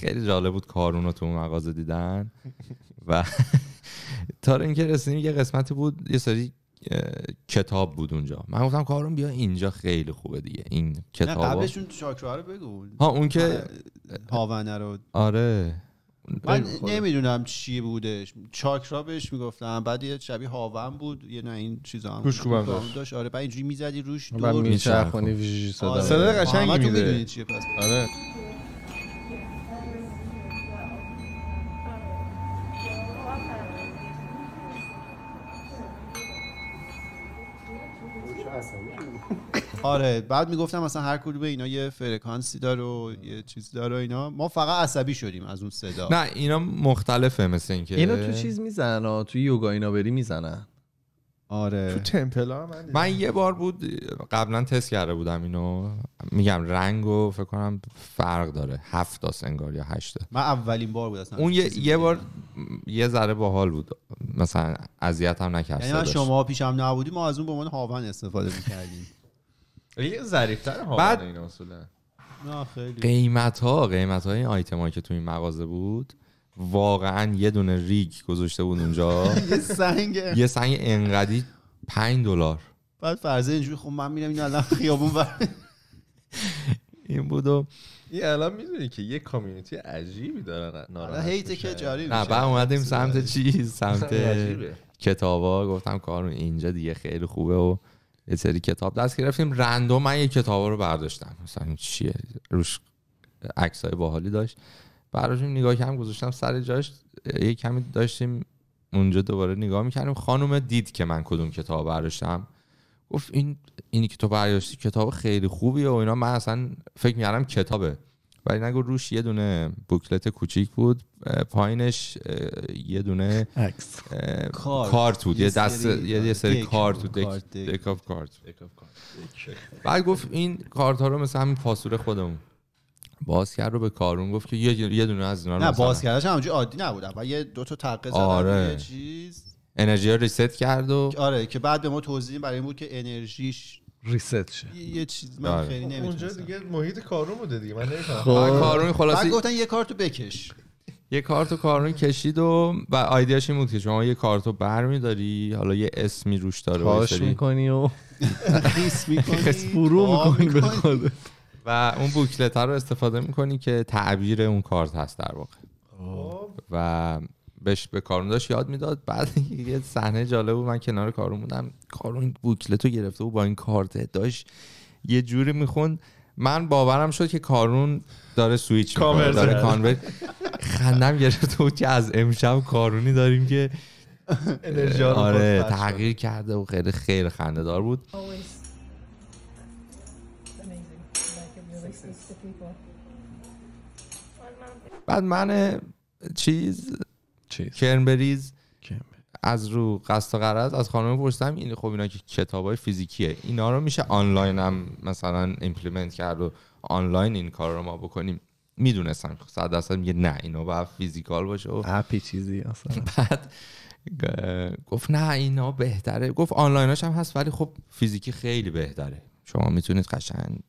C: خیلی جالب بود کارون رو تو اون مغازه دیدن و تا اینکه رسیدیم یه قسمتی بود یه سری اه، کتاب بود اونجا من گفتم کارون بیا اینجا خیلی خوبه دیگه این
B: نه
C: کتاب
B: قبلشون چاکرا رو بگو
C: ها اون که
A: آره.
B: پاونه رو
C: آره
B: من نمیدونم چی بودش چاکرا بهش میگفتم بعد یه شبیه هاون بود یه نه این چیزا هم
D: گوشت کوبم
B: کوبم
D: داشت.
B: داشت آره بعد اینجوری میزدی روش
A: و
B: دور
A: میچرخونی ویژی صدا
B: آره.
D: صدای قشنگی
B: محمد تو
D: میده.
B: میدونی چیه پس
D: آره
B: آره بعد میگفتم مثلا هر کدوم اینا یه فرکانسی داره و یه چیزی داره و اینا ما فقط عصبی شدیم از اون صدا
C: نه اینا مختلفه مثل اینکه
A: اینو تو چیز میزنن تو یوگا اینا بری میزنن
D: تو
B: آره
D: تمپل ها من دیدم.
C: من یه بار بود قبلا تست کرده بودم اینو میگم رنگ و فکر کنم فرق داره هفت است انگار یا هشت تا.
B: من اولین بار بود اصلا
C: اون یه,
B: چیزی
C: یه
B: بود.
C: بار یه ذره باحال بود مثلا اذیتم نکرد
B: یعنی من
C: صداش.
B: شما پیشم نبودی ما از اون به عنوان هاون استفاده میکردیم
D: یه ظریف‌تر ها
C: بعد-
D: این اصولا
B: نه خیلی
C: قیمت ها قیمت های آیتم که تو این مغازه بود واقعا یه دونه ریگ گذاشته بود اونجا
B: یه سنگ
C: یه سنگ انقدی پنج دلار
B: بعد فرضه اینجوری خب من میرم اینو الان خیابون بر
C: این بود و
D: این الان میدونی که یه کامیونیتی عجیبی دارن
B: حالا
D: ناراحت
B: هیت
D: میشن.
B: که جاری
C: نه
B: میشه
C: بعد اومدیم سمت چیز سمت
D: عجیبه.
C: کتابا گفتم کارون اینجا دیگه خیلی خوبه و یه سری کتاب دست گرفتیم رندوم من یه کتابا رو برداشتم مثلا این چیه روش عکسای باحالی داشت براشون نگاه کردم گذاشتم سر جاش یه کمی داشتیم اونجا دوباره نگاه میکردیم خانم دید که من کدوم کتاب برداشتم گفت این اینی که تو برداشتی کتاب خیلی خوبیه و اینا من اصلا فکر میکردم کتابه ولی نگو روش یه دونه بوکلت کوچیک بود اه، پایینش اه، یه دونه
A: عکس
C: اه،
B: کارت.
C: کارت بود
B: یه
C: یه دست
B: سری-
C: یه, یه سری
B: دک
C: کارت
B: بود.
C: بود دک,
B: کارت، دک.
C: دک آف کارت بعد گفت این کارت ها رو مثل همین پاسور خودمون باز کرد رو به کارون گفت که یه, یه دونه از اینا رو
B: نه
C: مثلا
B: باز کردش همونجوری عادی نبود اول یه دو تا تقه زدن
C: آره.
B: آره. یه چیز
C: انرژی ها ریست کرد و
B: آره که بعد به ما توضیح برای این بود که انرژیش
A: ریست شه
B: یه- یه چیز من
C: آره.
B: خیلی
E: اونجا
B: نمیتونستم
E: دیگه محیط کارون بوده دیگه من نمی‌فهمم.
A: خب.
C: بعد کارون
B: بعد
C: خلاصی
B: گفتن یه کارتو بکش
C: یه کارت رو کارون کشید و و آیدیاش این بود که شما یه کارت رو برمیداری حالا یه اسمی روش داره و, یه
A: پاش
C: سری-
A: میکنی و
B: خیس میکنی
A: فرو میکنی به خودت
C: و اون بوکلت رو استفاده میکنی که تعبیر اون کارت هست در واقع
E: خب.
C: و بهش به کارون داشت یاد میداد بعد یه صحنه جالب بود من کنار کارون بودم کارون بوکلت رو گرفته و با این کارت داشت یه جوری میخوند من باورم شد که کارون داره سویچ میکنه
E: کانورت
C: داره
E: کرد.
C: کانورت خندم گرفته بود که از امشب کارونی داریم که
E: انرژی ها رو
C: آره
E: پخش کنه.
C: تغییر کرده و خیلی خیلی خنده دار بود
F: always amazing. Like it really speaks to people.
C: بعد من چیز
A: چیز
C: کرنبریز از رو قصد و قرض از خانم پرسیدم این خب اینا که کتاب های فیزیکیه اینا رو میشه آنلاین هم مثلا ایمپلیمنت کرد و آنلاین این کار رو ما بکنیم میدونستم صد درصد میگه نه اینا باید فیزیکال باشه و
A: اپی چیزی اصلا
C: بعد اه، گفت نه اینا بهتره گفت آنلایناش هم هست ولی خب فیزیکی خیلی بهتره شما میتونید قشنگ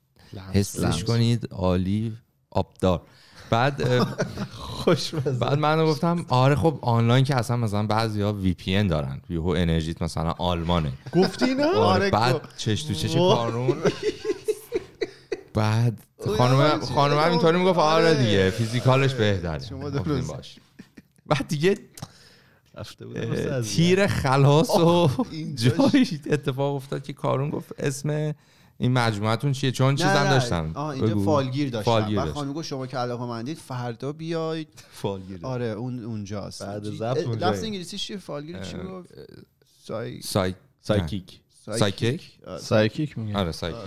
C: حسش کنید عالی آبدار بعد اه، بعد من گفتم آره خب آنلاین که اصلا مثلا بعضیا وی پی ان دارن یهو انرژیت مثلا آلمانه
E: گفتی نه
C: آره بعد چش تو چش کارون بعد خانم خانم هم اینطوری میگفت آره دیگه فیزیکالش بهتره
B: آره، شما
C: گفتیم
B: درست.
C: باش بعد دیگه
E: رفته بودم واسه
C: اه،
E: اذیت.
C: تیر خلاص و
B: اینجاش.
C: جایی اتفاق افتاد که کارون گفت اسم این مجموعتون چیه چون چیزم
B: نه، نه.
C: داشتم
B: آه اینجا
C: بگو.
B: فالگیر داشتم
C: فالگیر
B: بعد
C: داشت.
B: خانم گفت شما که علاقه مندید فردا بیاید آره اون اونجاست
E: بعد
B: چی-
E: ضبط
B: اه،
E: اونجاییم.
B: لفظ انگلیسی چیه فالگیر چی گفت سای...
C: سای
D: سایکیک
C: سایکیک
B: آره.
A: سایکیک میگه
C: آره سایکیک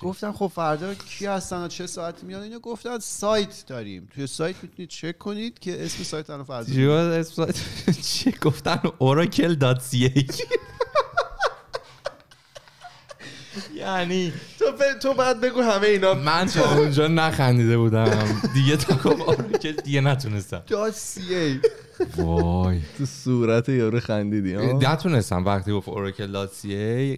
B: گفتن خب فردا کی هستن و چه ساعتی میان اینو گفتن سایت داریم توی سایت میتونید چک کنید که اسم سایت الان فردا
C: چی بود اسم سایت؟ چی گفتن اوراکل دات یعنی
E: تو ب- تو بعد بگو همه اینا
C: من تا اونجا نخندیده بودم دیگه تا گفت اوراکل دیگه نتونستم
B: دات سی ای
C: وای
A: تو صورت یارو خندیدی ها؟
C: نتونستم وقتی گفت اوراکل دات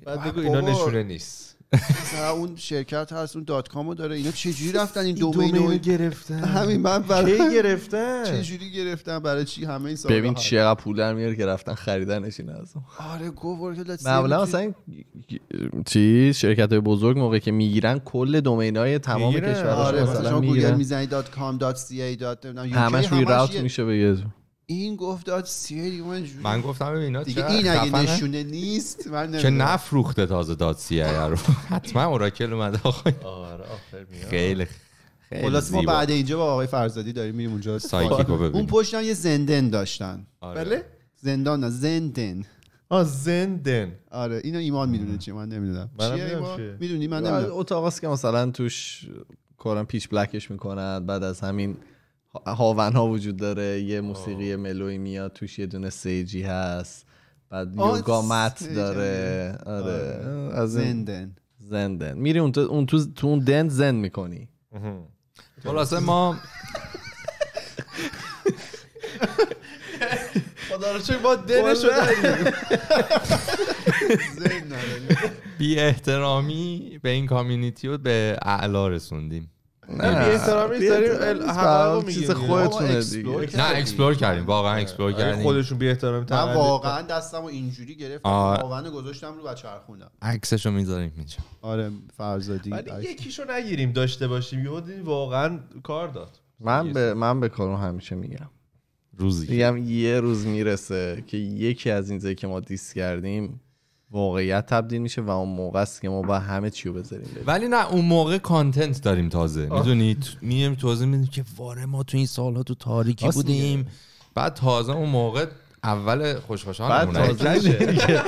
D: بعد بگو اینا
B: بابا.
D: نشونه نیست
B: مثلا اون شرکت هست اون دات کامو داره اینا چجوری رفتن این دومین
D: دومینو
B: رو-
D: گرفتن
B: همین من برای
D: کی گرفتن
B: چجوری گرفتم برای چی همه این سوالها
A: ببین
B: هست.
A: چقدر پول در میاره که رفتن خریدنش این از
B: آره گفت ورکل دات سی ای
A: معمولا
B: میتونی-
A: مثلا چیز شرکت های بزرگ موقعی که میگیرن کل دومین های تمام
D: می‌گیرن.
A: کشور
B: آره مثلا شما گوگل
A: میگیرن
B: میزنید دات کام دات سی ای دات نمی‌دونم یوکی،
A: همش روی راوت
B: یه-
A: میشه به یه جا.
B: این گفت داد سی ای دیگه من جوری-
C: من گفتم ببین اینا
B: دیگه
C: چقدر
B: این اگه
C: خفنه
B: نشونه نیست من
C: که
B: نمی‌دونم.
C: نفروخته تازه دات رو حتما اوراکل اومده آقای
D: آره آخر میاد
C: خیلی خیلی
B: خلاص ما
C: زیبا.
B: بعد اینجا با آقای فرزادی داریم میریم اونجا
C: سایکیکو ببینیم.
B: اون پشت هم یه زندن داشتن
C: آره.
B: بله زندان نه زندن
E: آ زندن
B: آره اینو ایمان میدونه چیه من نمیدونم
D: منم
B: چیه
D: نمی‌دونم
B: ایمان؟
D: چیه.
B: میدونی من
A: بعد
B: نمیدونم
A: اتاق است که مثلا توش کارن پیچ بلکش میکنن بعد از همین هاون ها وجود داره یه موسیقی ملوی میاد توش یه دونه سیجی هست بعد
B: آه،
A: یوگا مت
B: سیج
A: داره آره از این
B: زندن
A: زندن میری اون تو اون تو, تو اون دن زند میکنی
C: خلاصه ما
E: خدا رو چه با دنشو
C: بی احترامی به این کامیونیتی و به اعلا رسوندیم
D: نه بی احترامی نیست، داریم ال- همه رو
A: چیز
D: می‌گیم.
A: خودتونه
B: اکسپلور
A: دیگه
B: کردی.
C: نه اکسپلور کردیم واقعا
A: آره،
C: اکسپلور
D: اگه
C: کردیم
D: خودشون بی احترامی
B: من
D: تقلید-
B: واقعا دستم رو اینجوری گرفتم
C: بله. آه.
B: آونه گذاشتم رو و چرخوندم
C: عکسشو میذاریم اینجا
B: آره فرزادی
D: ولی یکیشو نگیریم داشته باشیم یه دیدی واقعا کار داد
A: من به من به کارون همیشه میگم
C: روزی
A: میگم یه روز میرسه که یکی از این چیزایی که ما دیس کردیم واقعیت تبدیل میشه و اون موقع است که ما با همه چی رو بذاریم ببینیم.
C: ولی نه اون موقع کانتنت داریم تازه میدونی میایم توضیح میدیم که واره ما تو این سالها تو تاریکی بودیم بعد تازه اون موقع اول
A: بعد
C: خوشخوشان
A: تازه دیگه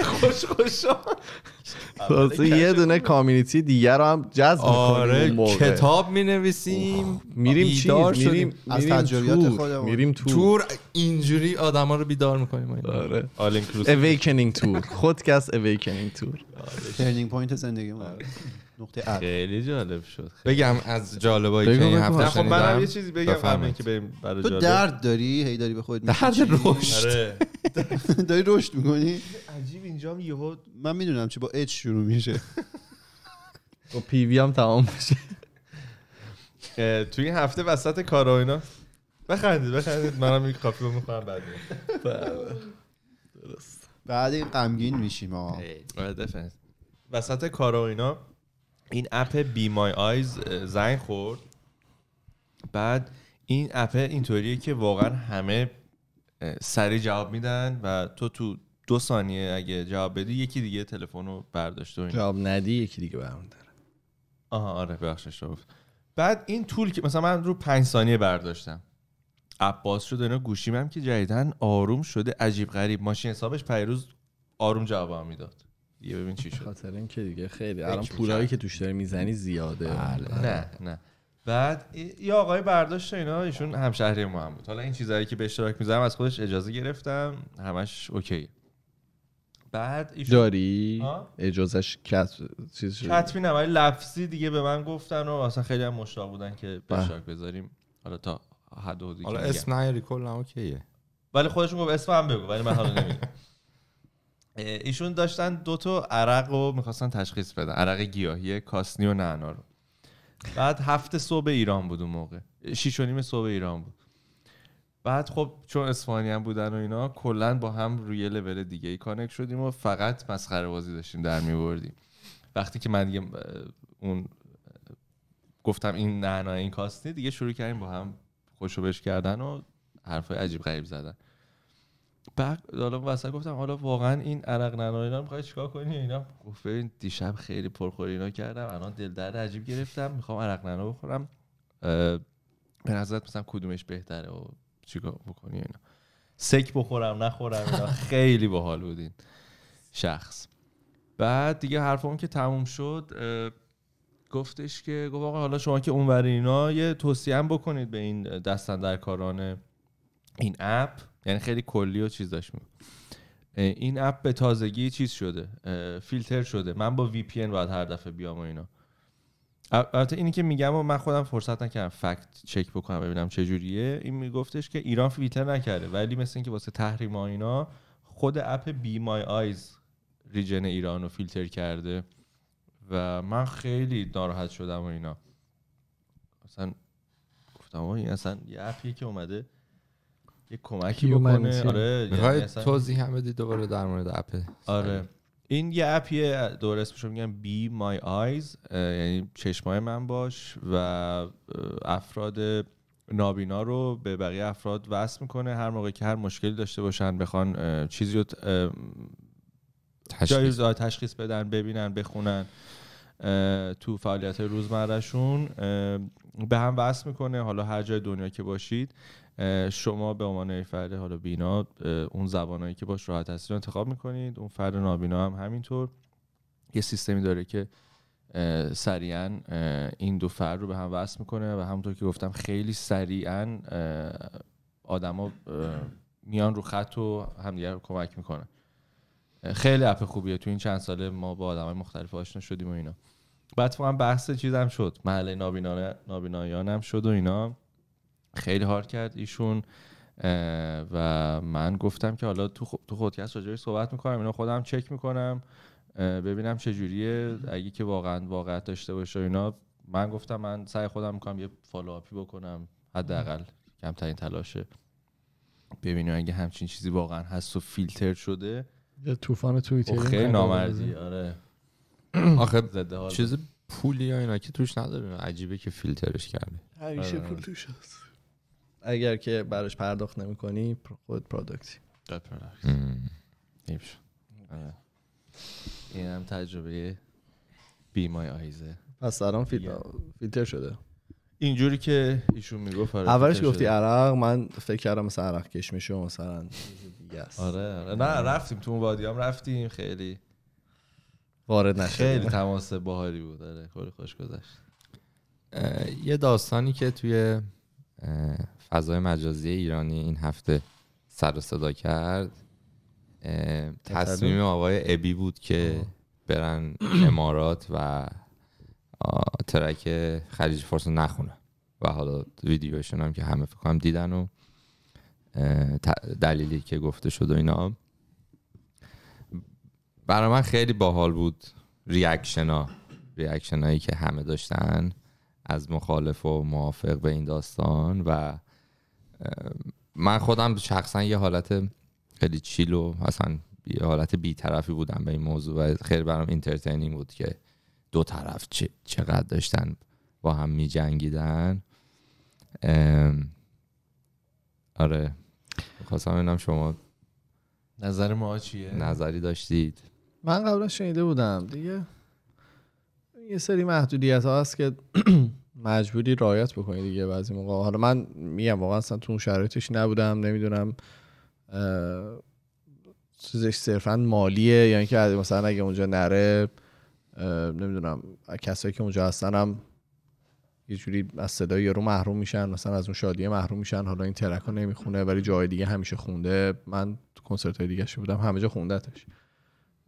A: تازه یه دونه کامیونیتی دیگه رو هم جذب می‌کنیم اون
C: آره
A: موقع.
C: کتاب می نویسیم
A: میریم چیز میریم
B: از
A: میریم
B: تجربیات
A: تور.
B: خودمون.
A: میریم تو
C: تور اینجوری آدما رو بیدار میکنیم
A: آره
D: آل اینکلوسیو
A: Awakening تور خودکست Awakening تور
B: ترنینگ پوینت زندگی ما
C: آره.
B: نقطه عطف
D: خیلی جالب شد
C: بگم از جالبایی
A: بگو،
C: که این
A: بگو.
C: هفته
A: نه،
D: خب منم یه
C: شنیدم
D: چیزی بگم قبل
C: بفرمایید.
D: اینکه بریم برای
B: تو
D: جالب
B: درد داری هی داری به خود
C: درد رشد
D: آره
B: داری رشد میکنی
E: عجیب اینجام یهو
B: من میدونم چه با اچ شروع میشه
A: و خب، پی وی هم تمام میشه
D: اه، توی این هفته وسط کارا و اینا بخندید بخندید منم این کافی رو میخوام بعد میام.
B: بعد این غمگین میشیم آقا
D: آره، definitely. وسط کارا و اینا این اپ بی مای آیز زنگ خورد بعد این اپ اینطوریه که واقعا همه اه، سریع جواب میدن و تو تو دو ثانیه اگه جواب بدی یکی دیگه تلفن رو برداشته و اینا.
A: جواب ندی یکی دیگه برام داره
D: آها آره ببخشش رو گفت. بعد این طول که مثلا من رو پنج ثانیه برداشتم عباس شد و اینا گوشیم هم که جدیدن آروم شده عجیب غریب ماشین حسابش پیروز آروم جواب هم میداد یه ببین چی شد
A: خاطر اینکه دیگه خیلی الان پولایی که توش داری میزنی زیاده
D: نه نه بعد یه آقای برداشت و اینا ایشون همشهری ما هم بود حالا این چیزایی که به اشتراک میذارم از خودش اجازه گرفتم همش اوکی بعد ایشون
A: داری
D: آه؟
A: اجازش کس چیز شده
D: کتبی نه ولی لفظی دیگه به من گفتن و اصلا خیلی هم مشتاق بودن که به
A: بله.
D: اشتراک بذاریم حالا تا حد و حدی که
C: حالا
D: میگم.
C: اسم نیاری کلا اوکیه
D: ولی خودشون گفت اسم هم بگو ولی من حالا نمیگم ایشون داشتن دو تا عرق رو میخواستن تشخیص بدن عرق گیاهی کاسنی و نعنا رو بعد هفت صبح ایران بود اون موقع شیش و نیم صبح ایران بود بعد خب چون اسپانی هم بودن و اینا کلا با هم روی لول دیگه ای کانکت شدیم و فقط مسخره بازی داشتیم در میوردیم وقتی که من دیگه اه، اون اه، گفتم این نعنا این کاسنی دیگه شروع کردیم با هم خوشو بش کردن و حرفای عجیب غریب زدن بعد حالا وسط گفتم حالا واقعا این عرق ننا اینا میخوای چیکار کنی اینا گفت ببین دیشب خیلی پرخوری اینا کردم الان دل درد عجیب گرفتم میخوام عرق ننا بخورم اه، به نظرت مثلا کدومش بهتره و چیکار بکنی اینا سک بخورم نخورم اینا خیلی باحال بودین شخص بعد دیگه حرفم که تموم شد اه، گفتش که گفت آقا حالا شما که اونور اینا یه توصیه بکنید به این دستن در این اپ یعنی خیلی کلی و چیز داشت می‌گفت. اه، این اپ به تازگی چیز شده اه، فیلتر شده من با وی پی باید هر دفعه بیام و اینا ال- البته اینی که میگم و من خودم فرصت نکردم فکت چک بکنم ببینم چه جوریه این میگفتش که ایران فیلتر نکرده ولی مثل اینکه واسه تحریم و اینا خود اپ بی مای آیز ریجن ایران رو فیلتر کرده و من خیلی ناراحت شدم و اینا اصلا گفتم آقا این اصلا یه اپیه که اومده یه کمکی بکنه
A: Humanity.
D: آره یعنی
C: میخوای
D: اصلا-
C: توضیح هم بدی دوباره در مورد اپ
D: آره این یه اپیه دور اسمش رو میگم بی مای آیز یعنی چشمای من باش و اه، افراد نابینا رو به بقیه افراد وصل میکنه هر موقع که هر مشکلی داشته باشن بخوان اه، چیزی رو ت- اه، جایی
C: تشخیص
D: رو تشخیص بدن ببینن بخونن اه، تو فعالیت روزمرهشون اه، به هم وصل میکنه حالا هر جای دنیا که باشید اه، شما به عنوان یک فرد حالا بینا اه، اون زبانایی که باش راحت هستید رو انتخاب میکنید اون فرد نابینا هم همینطور یه سیستمی داره که اه، سریعا اه، این دو فرد رو به هم وصل میکنه و همونطور که گفتم خیلی سریعا اه، آدما اه، میان رو خط و همدیگر رو کمک میکنن خیلی اپ خوبیه تو این چند ساله ما با آدمای مختلف آشنا شدیم و اینا بعد فقط بحث چیزم شد محله نابینا نابینایانم شد و اینا خیلی هار کرد ایشون اه، و من گفتم که حالا تو خو- تو خودکست راجعش صحبت میکنم اینا خودم چک میکنم ببینم چه جوریه اگه که واقعا واقعیت داشته باشه و اینا من گفتم من سعی خودم میکنم یه فالوآپی بکنم حداقل کمترین تلاشه ببینیم اگه همچین چیزی واقعا هست و فیلتر شده
A: طوفان توییتری
D: اوه، خیلی نامردی آره
C: آخه
D: ضد حال
C: چیز پولی یا اینا که توش نداره عجیبه که فیلترش کرده
A: همیشه پول توش هست آره. اگر که براش پرداخت نمیکنی خود پروداکتی
D: داد پروداکت.
C: مم.
D: حیف شد. آره. این هم تجربه بیمای آیزه
A: پس الان فیل- فیلتر شده
D: اینجوری که ایشون میگفت آره،
A: اولش
D: فیلتر
A: گفتی
D: شده.
A: عرق من فکر کردم مثلا عرق کشمشه و مثلا چیز دیگه است.
D: آره آره. نه رفتیم تو اون وادی هم رفتیم خیلی
A: وارد نشه
D: خیلی تماس باحالی بود آره خیلی خوش گذشت
C: اه، یه داستانی که توی اه، فضای مجازی ایرانی این هفته سر و صدا کرد اه، تصمیم آقای ابی بود که برن امارات و آه، ترک خلیج فارس رو نخونه و حالا ویدیوشون هم که همه فکر کنم دیدن و اه، ت- دلیلی که گفته شد و اینا برای من خیلی باحال بود ریاکشن ها ریاکشن هایی که همه داشتن از مخالف و موافق به این داستان و اه، من خودم شخصا یه حالت خیلی چیل و اصلا یه حالت بیطرفی بودم به این موضوع و خیلی برام اینترتینینگ بود که دو طرف چه- چقدر داشتن با هم می جنگیدن آره خواستم ببینم شما
D: نظر ما چیه
C: نظری داشتید
A: من قبلا شنیده بودم دیگه یه سری محدودیت ها هست که مجبوری رعایت بکنی دیگه بعضی موقع حالا من میگم واقعا اصلا تو اون شرایطش نبودم نمیدونم اه، چیزش صرفا مالیه یا اینکه مثلا اگه اونجا نره اه، نمیدونم کسایی که اونجا هستن هم یه جوری از صدای یارو محروم میشن مثلا از اون شادیه محروم میشن حالا این ترک رو نمیخونه ولی جای دیگه همیشه خونده من تو کنسرت های دیگه بودم همه جا خوندتش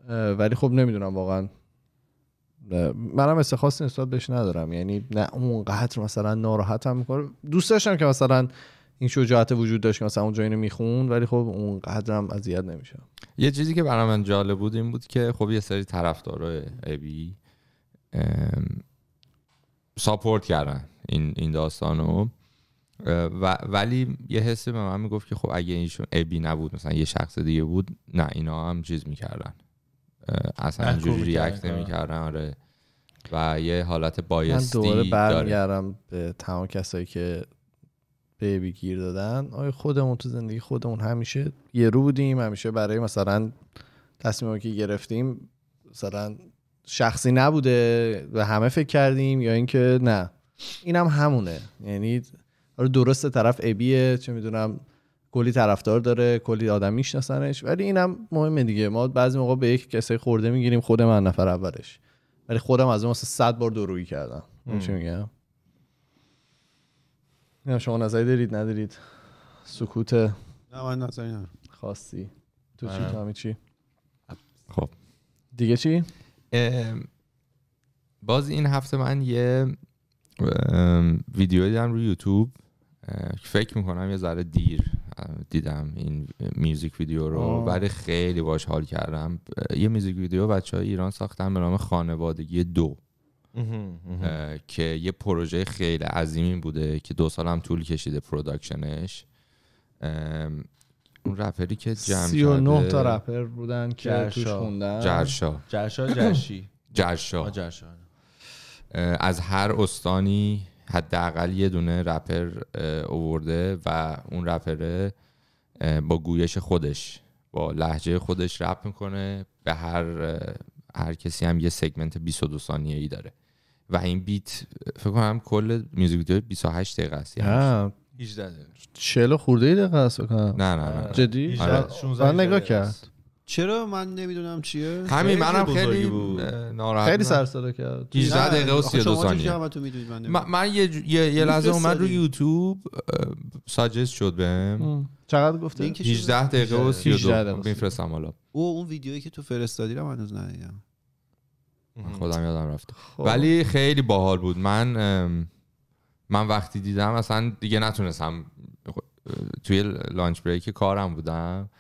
A: اه، ولی خب نمیدونم واقعا اه، منم استخاص نسبت بهش ندارم یعنی نه اونقدر مثلا ناراحتم میکنه دوست داشتم که مثلا این شجاعت وجود داشت که مثلا اونجا اینو میخوند ولی خب اونقدرم اذیت نمیشم
C: یه چیزی که برای من جالب بود این بود که خب یه سری طرفدارای ابی ام، ساپورت کردن این این داستانو اه، و ولی یه حسی به من میگفت که خب اگه اینشون ابی نبود مثلا یه شخص دیگه بود نه اینا هم چیز میکردن
D: محکوم
C: اصلا اینجوری
D: می‌کردن
C: ریاکت
D: کارا.
C: نمیکردن آره و یه حالت
A: من دوباره
C: بایستی داره
A: برمیگردم به تمام کسایی که بیبی گیر دادن آیا خودمون تو زندگی خودمون همیشه یه رو بودیم همیشه برای مثلا تصمیمی که گرفتیم مثلا شخصی نبوده و همه فکر کردیم یا اینکه نه اینم همونه یعنی حالا درست طرف ابیه چه میدونم کلی طرفدار داره کلی آدم میشناسنش ولی اینم مهمه دیگه ما بعضی موقع به یک کسای خورده میگیریم خود من نفر اولش ولی خودم از اون واسه صد بار درویی کردم چی میگم نه شما نظری دارید ندارید سکوت
B: نه من نظری ندارم.
A: خاصی تو چی تو همین چی
C: خب
A: دیگه چی
C: ام، باز این هفته من یه ام، ویدیو دیدم روی یوتیوب اه، فکر میکنم یه ذره دیر ام، دیدم این میوزیک ویدیو رو
A: آه.
C: ولی خیلی باش حال کردم اه، یه میوزیک ویدیو بچه های ایران ساختن به نام خانوادگی دو اه، که یه پروژه خیلی عظیمی بوده که دو سال هم طول کشیده پروداکشنش ام، اون رپری که جمع
A: 39
C: کرده،
A: تا رپر بودن که
D: جرشا.
A: توش خوندن
C: جرشا
D: جرشا جرشی
C: جرشا
D: آه، جرشا
C: از هر استانی حداقل یه دونه رپر اه، اوورده و اون رپره اه، با گویش خودش با لحجه خودش رپ میکنه به هر اه، هر کسی هم یه سگمنت 22 ثانیه ای داره و این بیت فکر کنم کل میوزیک ویدیو 28 دقیقه است یعنی.
A: نه
D: 18 دقیقه
A: 40 خورده ای دقیقه است بکنم
C: نه آره. نه نه
A: جدی
D: 18 16
A: من آره. نگاه
D: دقیقه
A: کرد
D: است.
B: چرا من نمیدونم چیه
C: همین
D: خیلی
C: منم خیلی
D: بزرگی بود.
C: اه، ناراحت
A: خیلی
C: من-
A: سرسدا کرد
C: 18
B: نه،
C: دقیقه و
B: آخه
C: 32
B: شما تو
C: ثانیه.
B: چه همتون می‌دونید من
C: من,
B: نمی‌دونم.
C: من یه, جو- یه, یه لحظه اومد رو
B: می‌فرستادی.
C: یوتیوب اه، ساجست شد بهم
A: ام. چقدر گفته
B: لینکش رو-
C: 18 دقیقه و
A: 18 دقیقه.
C: 32 میفرستم حالا
B: او اون ویدیویی که تو فرستادی رو من هنوز ندیدم
C: من خودم یادم رفته
A: خب.
C: ولی خیلی باحال بود من ام، من وقتی دیدم اصلا دیگه نتونستم اه، توی لانچ بریک کارم بودم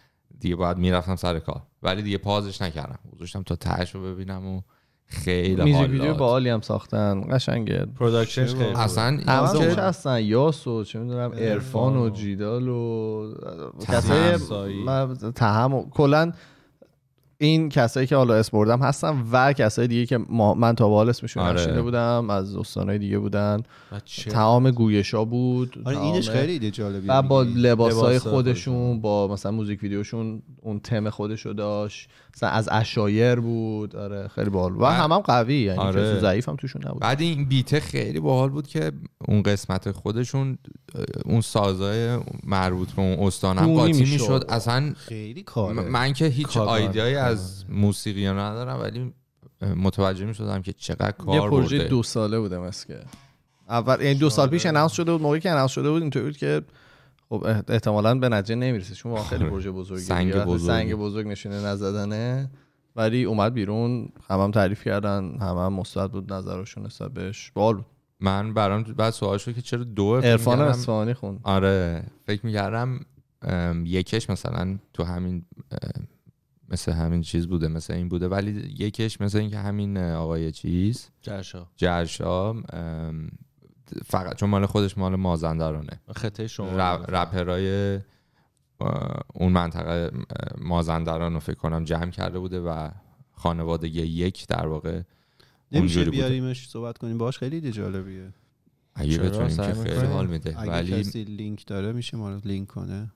C: دیگه باید میرفتم سر کار ولی دیگه پازش نکردم گذاشتم تا تهش رو ببینم و خیلی
A: میوزیک ویدیو
C: حال
A: با آلی هم ساختن قشنگه
D: پروداکشنش خیلی خوب.
C: اصلا این
A: همه
C: که-
A: خوش هستن یاس و چه میدونم عرفان و
D: و-
A: جیدال و
C: تهم.
A: کسای
D: سایی.
A: من- تهم و- کلا این کسایی که حالا اسم بردم هستن و کسایی دیگه که ما- من تا به حال اسمشون
C: آره.
A: نشنیده بودم از استانای دیگه بودن
C: بچه.
A: تمام گویشا بود
B: آره اینش
A: تمام-
B: خیلی ایده جالبیه
A: و با
B: می‌گی.
A: لباسای
D: لباسای
A: خودشون با مثلا موزیک ویدیوشون اون تم خودش رو داشت مثلا از اشایر بود آره خیلی باحال و همم قوی یعنی
C: آره.
A: کسی ضعیف هم توشون نبود
C: بعد این بیته خیلی باحال بود که اون قسمت خودشون اه، اون سازای مربوط به اون استانم
A: گونی
C: قاطی
A: می‌شد.
C: میشد اصلا
B: خیلی
C: م-
A: آره.
B: کاره
C: من که هیچ
D: کار
C: آیدیایی از موسیقی ها ندارم ولی اه، متوجه می شدم که چقدر
A: یه
C: کار
A: پروژه
C: برده
A: دو ساله بودم از که اول یعنی دو سال پیش اناونس شده بود موقعی که اناونس شده بود اینطوری بود که خب احت- احتمالاً به نتیجه نمیرسه چون واقعا خیلی پروژه بزرگی
C: سنگ
A: دیگه. وقتی
C: بزرگ.
A: سنگ بزرگ نشونه نزدنه ولی اومد بیرون همم تعریف کردن همم مثبت بود نظرشون حساب بهش باحال بود
C: من برام بعد سوال شد که چرا دو فکر
A: عرفان
C: می‌کردم-
A: اصفهانی خوند
C: آره فکر میکردم یکش مثلا تو همین ام، مثل همین چیز بوده مثل این بوده ولی یکش مثل اینکه همین اه، آقای چیز
D: جرشا
C: جرشا ام، فقط چون مال خودش مال مازندرانه
D: خطه شما
C: رپ- رپرای اه، اون منطقه اه، مازندران رو فکر کنم جمع کرده بوده و خانوادگی یک در واقع
B: نمیشه
C: اونجوری بوده.
B: بیاریمش صحبت کنیم باش خیلی ایده جالبیه
C: اگه
D: چرا؟
C: بتونیم
D: سعی
C: که خیلی
D: می‌کنیم.
C: حال میده
B: اگه
C: ولی
B: کسی لینک داره میشه ما رو لینک کنه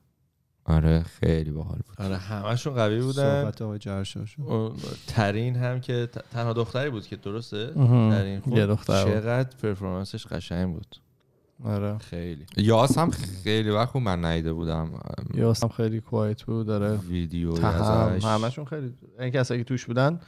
C: آره خیلی باحال بود
D: آره همشون قوی بودن
B: صحبت آقای جرشاشون
D: اون ترین هم که ت- تنها دختری بود که درسته
A: مهم.
D: ترین خب،
A: یه دختر بود.
D: چقدر پرفورمنسش قشنگ بود
A: آره
D: خیلی
C: یاس هم خیلی وقت بود من نیده بودم
A: یاسم خیلی کوایت بود داره
C: ویدیو
A: تهم
C: ازش
A: همشون خیلی این کسایی که توش بودن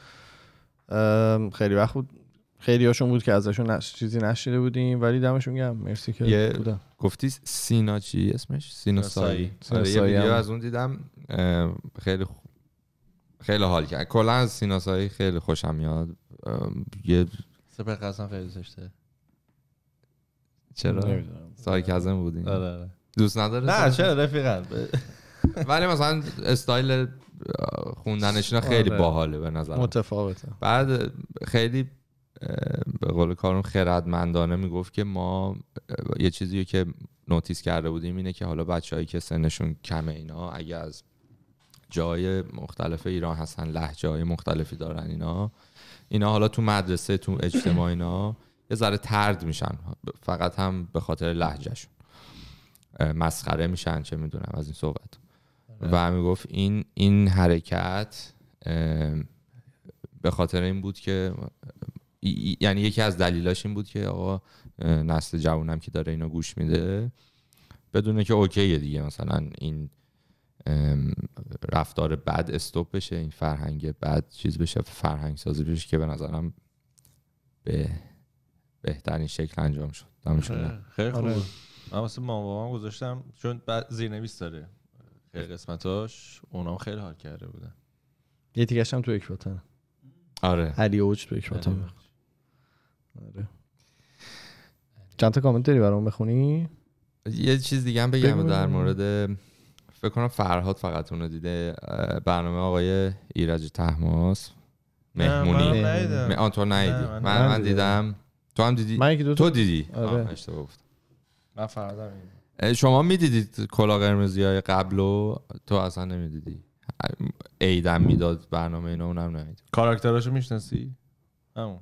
A: ام، خیلی وقت بود خیلی هاشون بود که ازشون نش... چیزی نشیده بودیم ولی دمشون گرم مرسی که
C: یه-
A: بودن
C: گفتی سینا چی اسمش سینا سایی
A: سایی.
C: آره
A: سینا
C: یه
A: سایی
C: ویدیو
A: هم.
C: از اون دیدم اه، خیلی خ- خیلی حال کرد کلا از سینا سایی خیلی خوشم میاد ام، یه
D: سپر قسم خیلی زشته
C: چرا سارکزم بودی
D: آره آره
C: دوست نداره
D: نه چرا رفیقم ب-
C: ولی مثلا استایل اه، خوندنش اینا خیلی
A: آره.
C: باحاله به نظر
A: متفاوته
C: بعد خیلی اه، به قول کارون خردمندانه میگفت که ما اه، یه چیزی که نوتیس کرده بودیم اینه که حالا بچههایی که سنشون کمه اینا اگه از جای مختلف ایران هستن لحجه های مختلفی دارن اینا اینا حالا تو مدرسه تو اجتماع اینا یه ذره ترد میشن فقط هم به خاطر لحجهشون اه، مسخره میشن چه میدونم از این صحبت و میگفت این این حرکت اه، به خاطر این بود که ی- ی- یعنی یکی از دلیلاش این بود که آقا اه، نسل جوانم که داره اینو گوش میده بدونه که اوکیه دیگه مثلا این ام، رفتار بد استوب بشه این فرهنگ بد چیز بشه فرهنگ سازی بشه که به نظرم به بهترین شکل انجام شد دمشون گرم.
D: خیلی خوب
A: آره.
D: بود. من واسه مامان بابام گذاشتم چون بعد زیرنویس داره خیلی قسمتاش اونا هم خیلی حال کرده بودن
A: یه تیکش هم تو اکباتن
C: آره
A: علی اوج تو
D: یعنی
A: اکباتن آره. چند تا کامنت داری برام بخونی
C: یه چیز دیگه هم بگم
A: بگو،
C: در
A: بگو.
C: مورد فکر کنم فرهاد فقط اون رو دیده اه، برنامه آقای ایرج تحماس مهمونی
A: منم
C: م- آه، تو ندیدی
D: نه،
C: من,
D: من
C: من,
A: ندیدم.
C: دیدم تو هم دیدی
A: من یکی دو تا
C: تو دیدی آه،
A: آره.
C: اشتباه گفتم.
D: من فردا می‌رم.
C: اه، شما میدیدید کلا قرمزی های قبلو تو اصلا نمیدیدی عیدم میداد برنامه اینا اونم نمیدید
D: کاراکتراشو میشناسی همون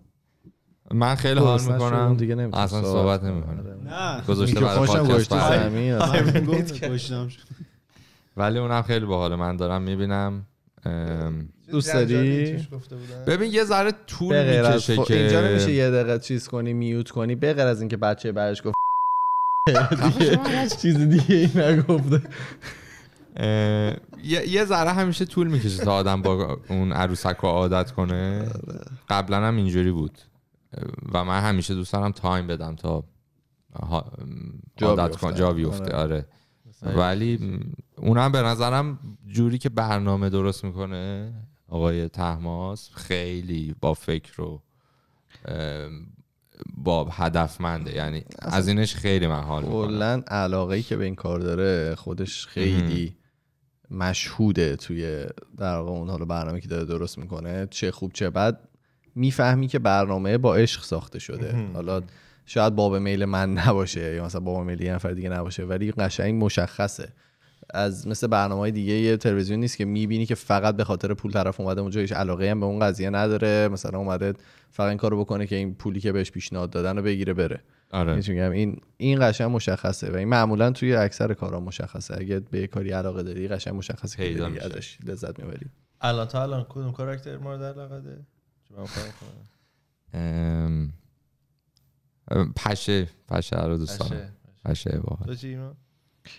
C: من خیلی حال
A: گرسنه شدم،
C: میکنم
A: دیگه نمی‌تونم آره.
C: اصلا صحبت نمی‌کنم.
A: کنم
B: نه
C: گذاشته برای
A: میکروفونشم
C: پادکست
A: گوشتی
C: بعدی.
A: زمین اصلا.
B: آره، گفت گشنم شد.
C: ولی اونم خیلی باحال من دارم میبینم
A: دوست داری
E: توش گفته بودن
C: ببین یه ذره طول
A: به غیر از
C: میکشه
A: خب،
C: که
A: اینجا نمیشه یه دقیقه چیز کنی میوت کنی به غیر از اینکه بچه برش گفت دیگه چیز دیگه ای نگفته
C: اه، یه یه ذره همیشه طول میکشه تا آدم با اون عروسک ها عادت کنه قبلا هم اینجوری بود اه، و من همیشه دوست دارم تایم بدم تا ها-
A: جا
C: عادت
A: بیفته.
C: کن جا بیفته آره ولی م، اونم به نظرم جوری که برنامه درست میکنه آقای تحماس خیلی با فکر و اه، با هدفمنده یعنی از اینش خیلی من حال می‌کنم.
A: کلا علاقه ای که به این کار داره خودش خیلی مشهوده توی در واقع اون حالا برنامه که داره درست میکنه چه خوب چه بد میفهمی که برنامه با عشق ساخته شده حالا شاید باب میل من نباشه یا مثلا باب میل یه نفر دیگه نباشه ولی قشنگ مشخصه از مثل برنامه های دیگه یه تلویزیون نیست که میبینی که فقط به خاطر پول طرف اومده اونجا هیچ علاقه هم به اون قضیه نداره مثلا اومده فقط این کارو بکنه که این پولی که بهش پیشنهاد دادن رو بگیره بره
C: آره
A: هیچ میگم این این قشنگ مشخصه و این معمولا توی اکثر کارا مشخصه اگه به یه کاری علاقه داری قشنگ مشخصه که
C: پیدا
A: داری
C: میشه.
A: ازش لذت میبری
E: الان تا الان کدوم کاراکتر مورد علاقه ده چون من کار می‌کنم.
C: ام، ام، پشه پشه رو دوست دارم
E: باشه.
C: پشه باحال
E: تو چی ایمان؟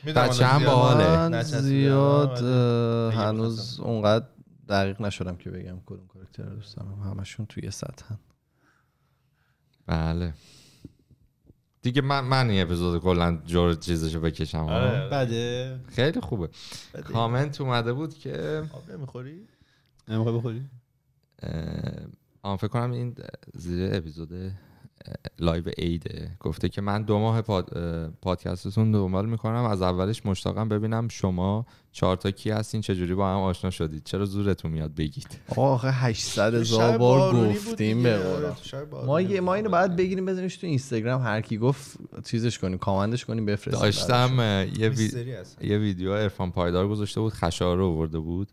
E: می‌دونم
C: بچه
E: الان
C: هم
E: زیاد-
C: باحاله
A: من
E: نچسبیدم،
A: زیاد
E: ولی
A: اه،
E: بگم
A: هنوز
E: خواستم.
A: اونقدر دقیق نشدم که بگم کدوم کاراکتر رو دوست دارم همشون توی سطحن
C: بله دیگه من من این اپیزود کلا جور چیزشو بکشم
E: آره.
B: بده
C: خیلی خوبه کامنت اومده بود که
E: آب نمیخوری؟
B: نمیخوای بخوری
C: اه، آم فکر کنم این زیر اپیزود اه، لایو عیده گفته که من دو ماه پاد، اه، پادکستتون دنبال میکنم از اولش مشتاقم ببینم شما چهار تا کی هستین چجوری با هم آشنا شدید چرا زورتون میاد بگید
A: آقا آخه 800
E: شب
A: هزار بار
E: بارونی بود
A: گفتیم
E: دیگه.
A: به
E: آره،
A: قرآن.
E: تو شب بارونی
A: ما یه
E: بود.
A: ما اینو باید بگیریم بزنیمش تو اینستاگرام هر کی گفت چیزش کنیم کامندش کنیم بفرستیم
C: داشتم اه، یه, وی-
E: میستری هست
C: یه ویدیو ارفان پایدار گذاشته بود خشار رو آورده بود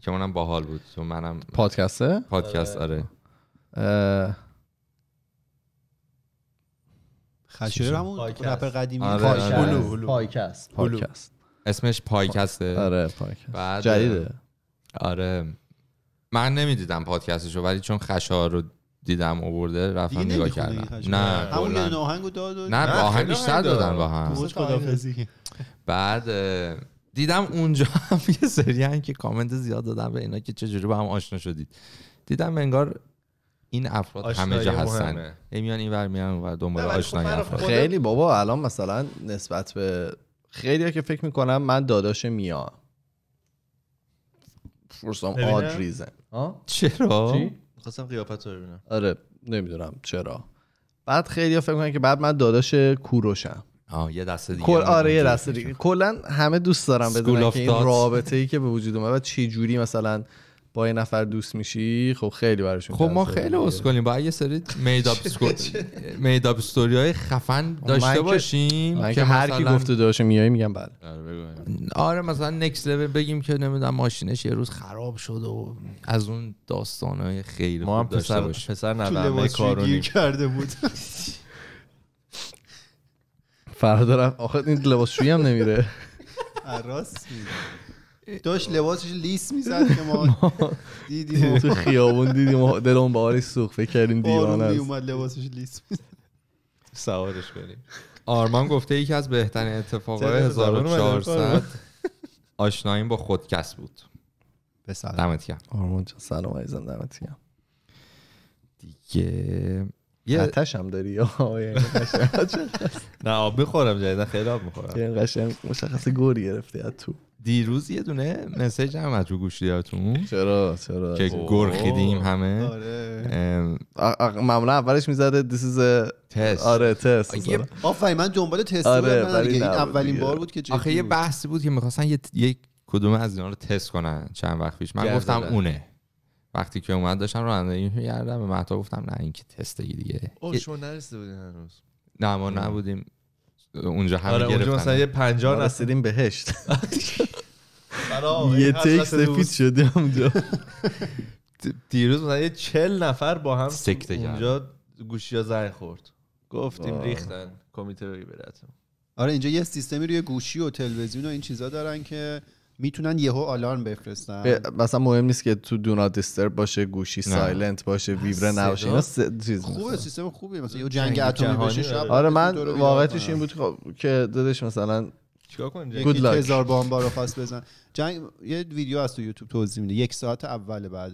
C: که اونم باحال بود تو منم
A: پادکسته
C: پادکست آره
A: اه،
B: خشیر همون
E: پادکست.
B: رپ قدیمی
C: آره،
A: پادکست.
C: آره.
E: هلو، هلو.
A: پادکست
B: هلو.
A: پادکست
C: اسمش پایکسته
A: آره پادکست
C: بعد
A: جدیده
C: آره من نمیدیدم پادکستشو ولی چون خشار رو دیدم اوورده
B: دیگه
C: رفتم نگاه
B: نمیخونی
C: کردم
B: خشیر.
C: نه
B: همون یه
C: کلا.
B: ناهنگو داد و
C: نه با هم
E: خیلی
C: بیشتر
E: هم داد.
C: دادن با هم
B: باش خدافزی
C: بعد اه، دیدم اونجا هم یه سری هم که کامنت زیاد دادن به اینا که چجوری با هم آشنا شدید دیدم انگار این افراد خب، همه
E: آشنایی
C: جا هستن
E: مهمه.
C: ای میان این ور میان اون ور دنبال
E: نه، ولی خب
C: آشنایی
E: من
C: افراد
E: خودم-
A: خیلی بابا الان مثلا نسبت به خیلی که فکر میکنم من داداش میا فرسام
E: ببینم؟
A: آد ریزن ها؟
C: چرا؟
A: چی؟
E: خواستم قیافت رو ببینم
A: خب؟ آره نمیدونم چرا بعد خیلی فکر میکنن که بعد من داداش کوروشم
C: آه یه دسته دیگه
A: کل آره یه
C: اونجا
A: دسته دیگه کلا همه دوست دارم بدونن
C: School of
A: که این
C: Thoughts.
A: رابطه ای که به وجود اومده و چه جوری مثلا با یه نفر دوست میشی خب خیلی براشون
C: خب ما
A: جذابه
C: خیلی
A: دیگه.
C: اسکلیم باید یه سری میداپ میداپ استوری های خفن
A: من
C: داشته
A: که-
C: باشیم
A: من که هر کی
C: مثلا-
A: گفته داداش میای میگم بله
C: آره مثلا نکس لول بگیم که نمیدونم ماشینش یه روز خراب شد و از اون داستان های خیلی
D: ما هم
C: خوب داشته
D: پسر
C: باشیم
D: پسر
B: تو
D: نوهمه
B: لباسشویی
D: کارونی
B: گیر کرده بود
A: فرادارم آخه این لباسشویی هم نمیره
B: عراس می‌زد. داشت لباسش لیس میزد که ما دیدیم و
A: تو خیابون دیدیم و دلمون به آری سوخت فکر کردیم دیوانه
B: بارون
A: است
B: میومد لباسش لیس می‌زد.
D: سوارش کنیم
C: آرمان گفته یکی از بهترین اتفاقهای
E: چرا به زبان اومده؟
C: 1400 آشناییم با خودکس بود
B: به سلام
C: دمت گرم
A: آرمان جان سلام عزیزم دمت گرم
C: دیگه یه
A: آتش هم داری یا یعنی
D: نه آب میخورم جدیدا خیلی آب میخورم
A: قشنگ- قشنگ مشخص گوری گرفتی از تو از
C: دیروز یه دونه مسیج هم از رو گوش دیاتون
A: چرا چرا
C: که گرخیدیم همه
B: آره
C: ام،
A: آ- آ- معمولا اولش میزده this is a
C: تست
A: آره تست
C: یه-
A: مثلا.
B: آفرین من دنبال تست
A: آره،
B: بودم نه
A: ولی
B: دیگه. این
A: نبود
B: اولین
A: دیگه.
B: بار بود که جدی
C: آخه یه
B: بود.
C: بحثی بود که میخواستن یه یک کدوم از اینا رو تست کنن چند وقت پیش من
A: گرد
C: گفتم
A: زدن.
C: اونه وقتی که اومد داشتم رانندگی می‌کردم به مهتا گفتم نه این که تسته دیگه
E: اوه
C: یه-
E: شما نرسیده بودین هنوز
C: نه ما نبودیم آره. اونجا همه
D: آره اونجا
C: گرفتن
D: مثلا یه 50
B: آره.
A: ما
D: نسل
A: رسیدیم بهشت
E: برا
A: آره، یه
E: حضرت
A: تک سفید
E: دوست.
A: شدی اونجا
E: دیروز مثلا یه چل نفر با هم
C: سکته کرد.
E: اونجا گوشی ها زنگ خورد گفتیم
A: آه.
E: ریختن کمیته رو براتم
B: آره اینجا یه سیستمی روی گوشی و تلویزیون و این چیزا دارن که میتونن یهو آلارم بفرستن
A: به- مثلا مهم نیست که تو دو نات دیسترب باشه گوشی
C: نه.
A: سایلنت باشه ویبره
E: صدا.
A: نباشه اینا سه- چیز
B: خوبه
A: نیست.
B: سیستم خوبیه مثلا یه جنگ
E: جنگ
B: اتمی بشه
E: جهانی
B: شب
E: داره.
A: آره من
B: تو رو بیدار
A: واقعیتش
B: کنن.
A: این بود که خب- که دادش مثلا
E: چیکار کنیم
A: Good
B: یکی
A: luck.
B: که هزار بامبا رو خواست بزن جنگ یه ویدیو از تو یوتیوب توضیح میده یک ساعت اول بعد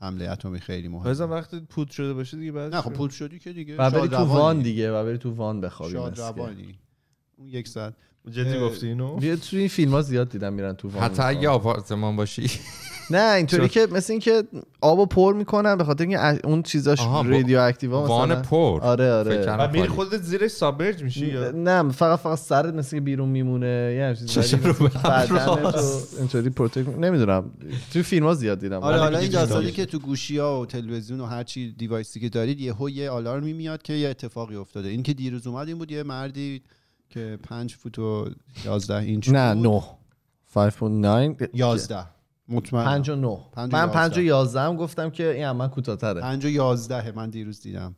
B: حمله اتمی خیلی مهمه
E: بازم وقتی پود شده باشه دیگه بعد
B: نه خب پول شدی که دیگه
A: و بری
B: شاد
A: تو
B: روانی.
A: وان دیگه خب، و بری تو وان بخوابی
B: شاد
A: مثل که.
B: روانی اون یک ساعت
E: جدی
B: اه،
E: گفتی اینو
A: بیا تو این فیلم ها زیاد دیدم میرن تو وان
C: حتی
A: می‌خوابن.
C: اگه آپارتمان باشی
A: آره، نه اینطوری که مثل اینکه آبو پر میکنن به خاطر اینکه اش- اون چیزاش
C: آها، با-
A: رادیو اکتیوا مثلا
C: وان پر
A: آره
C: فکر
A: آره
C: کردم
E: و میری
C: خالی.
E: خودت زیرش سابرج میشی یا
A: نه فقط فقط سرت مثل اینکه بیرون میمونه یه همچین چیزی ولی مثل بدنتو اینطوری پروتکت نمیدونم تو فیلم ها زیاد دیدم
B: آره
A: ولی
B: حالا این
A: دیگه
B: داستانی
A: دیگه.
B: که تو گوشی ها و تلویزیون و هر چی دیوایسی که دارید یهو یه آلارمی میاد که یه اتفاقی افتاده این که دیروز اومد این بود یه مردی که 5 فوت و 11 اینچ
A: نه
B: بود.
A: نه 5.9
B: 11 مطمئن
A: 5 و 9
B: پنج و
A: من 5
B: یازده.
A: و 11 هم گفتم که این هم من کوتاه‌تره
B: 5 و 11 من دیروز دیدم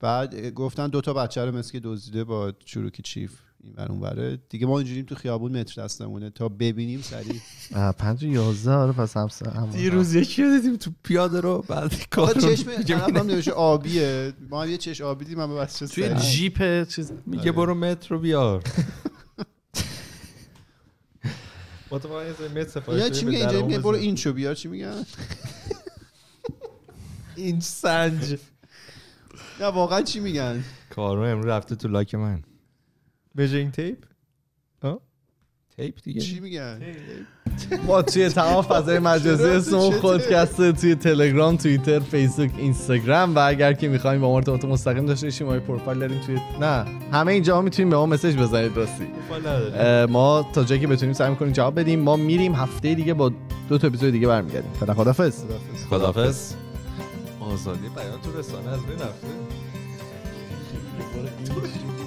B: بعد اه، گفتن دوتا بچه رو مثل که دزدیده با چروک چیف این بر اون بره دیگه ما اینجوریم تو خیابون متر دستمونه تا ببینیم سریع
A: 5 و 11 آره پس هم سه- هم
C: دیروز یکی رو دیدیم تو پیاده رو بعد کار
B: بعد چشم طرف هم نوشته آبیه ما هم یه چش آبی دیدیم من بس
A: توی جیپ چیز
C: میگه برو مترو بیار
E: اتفاقا یه زمین سفارش
B: یا
E: دادیم
B: چی
E: به
B: میگه
E: در
B: اینجا
E: آموز.
B: میگه برو این شو بیار چی میگن
C: این سنج
B: نه واقعا چی میگن
C: کارو امروز رفته تو لاک من
E: میجرینگ تیپ
C: تیپ دیگه
B: چی میگن
A: ما توی تمام فضای مجازی اسممون
B: چرا؟
A: خودکسته توی تلگرام توییتر فیسبوک اینستاگرام و اگر که میخوایم با ما ارتباط مستقیم داشته باشیم ما یه پروفایل داریم توی نه همه اینجا میتونیم به ما مسج بزنید راستی اه، ما تا جایی که بتونیم سعی میکنیم جواب بدیم ما میریم هفته دیگه با دو تا اپیزود دیگه برمیگردیم فعلا خدافظ
E: خدافز آزادی بیان تو رسانه از بین رفته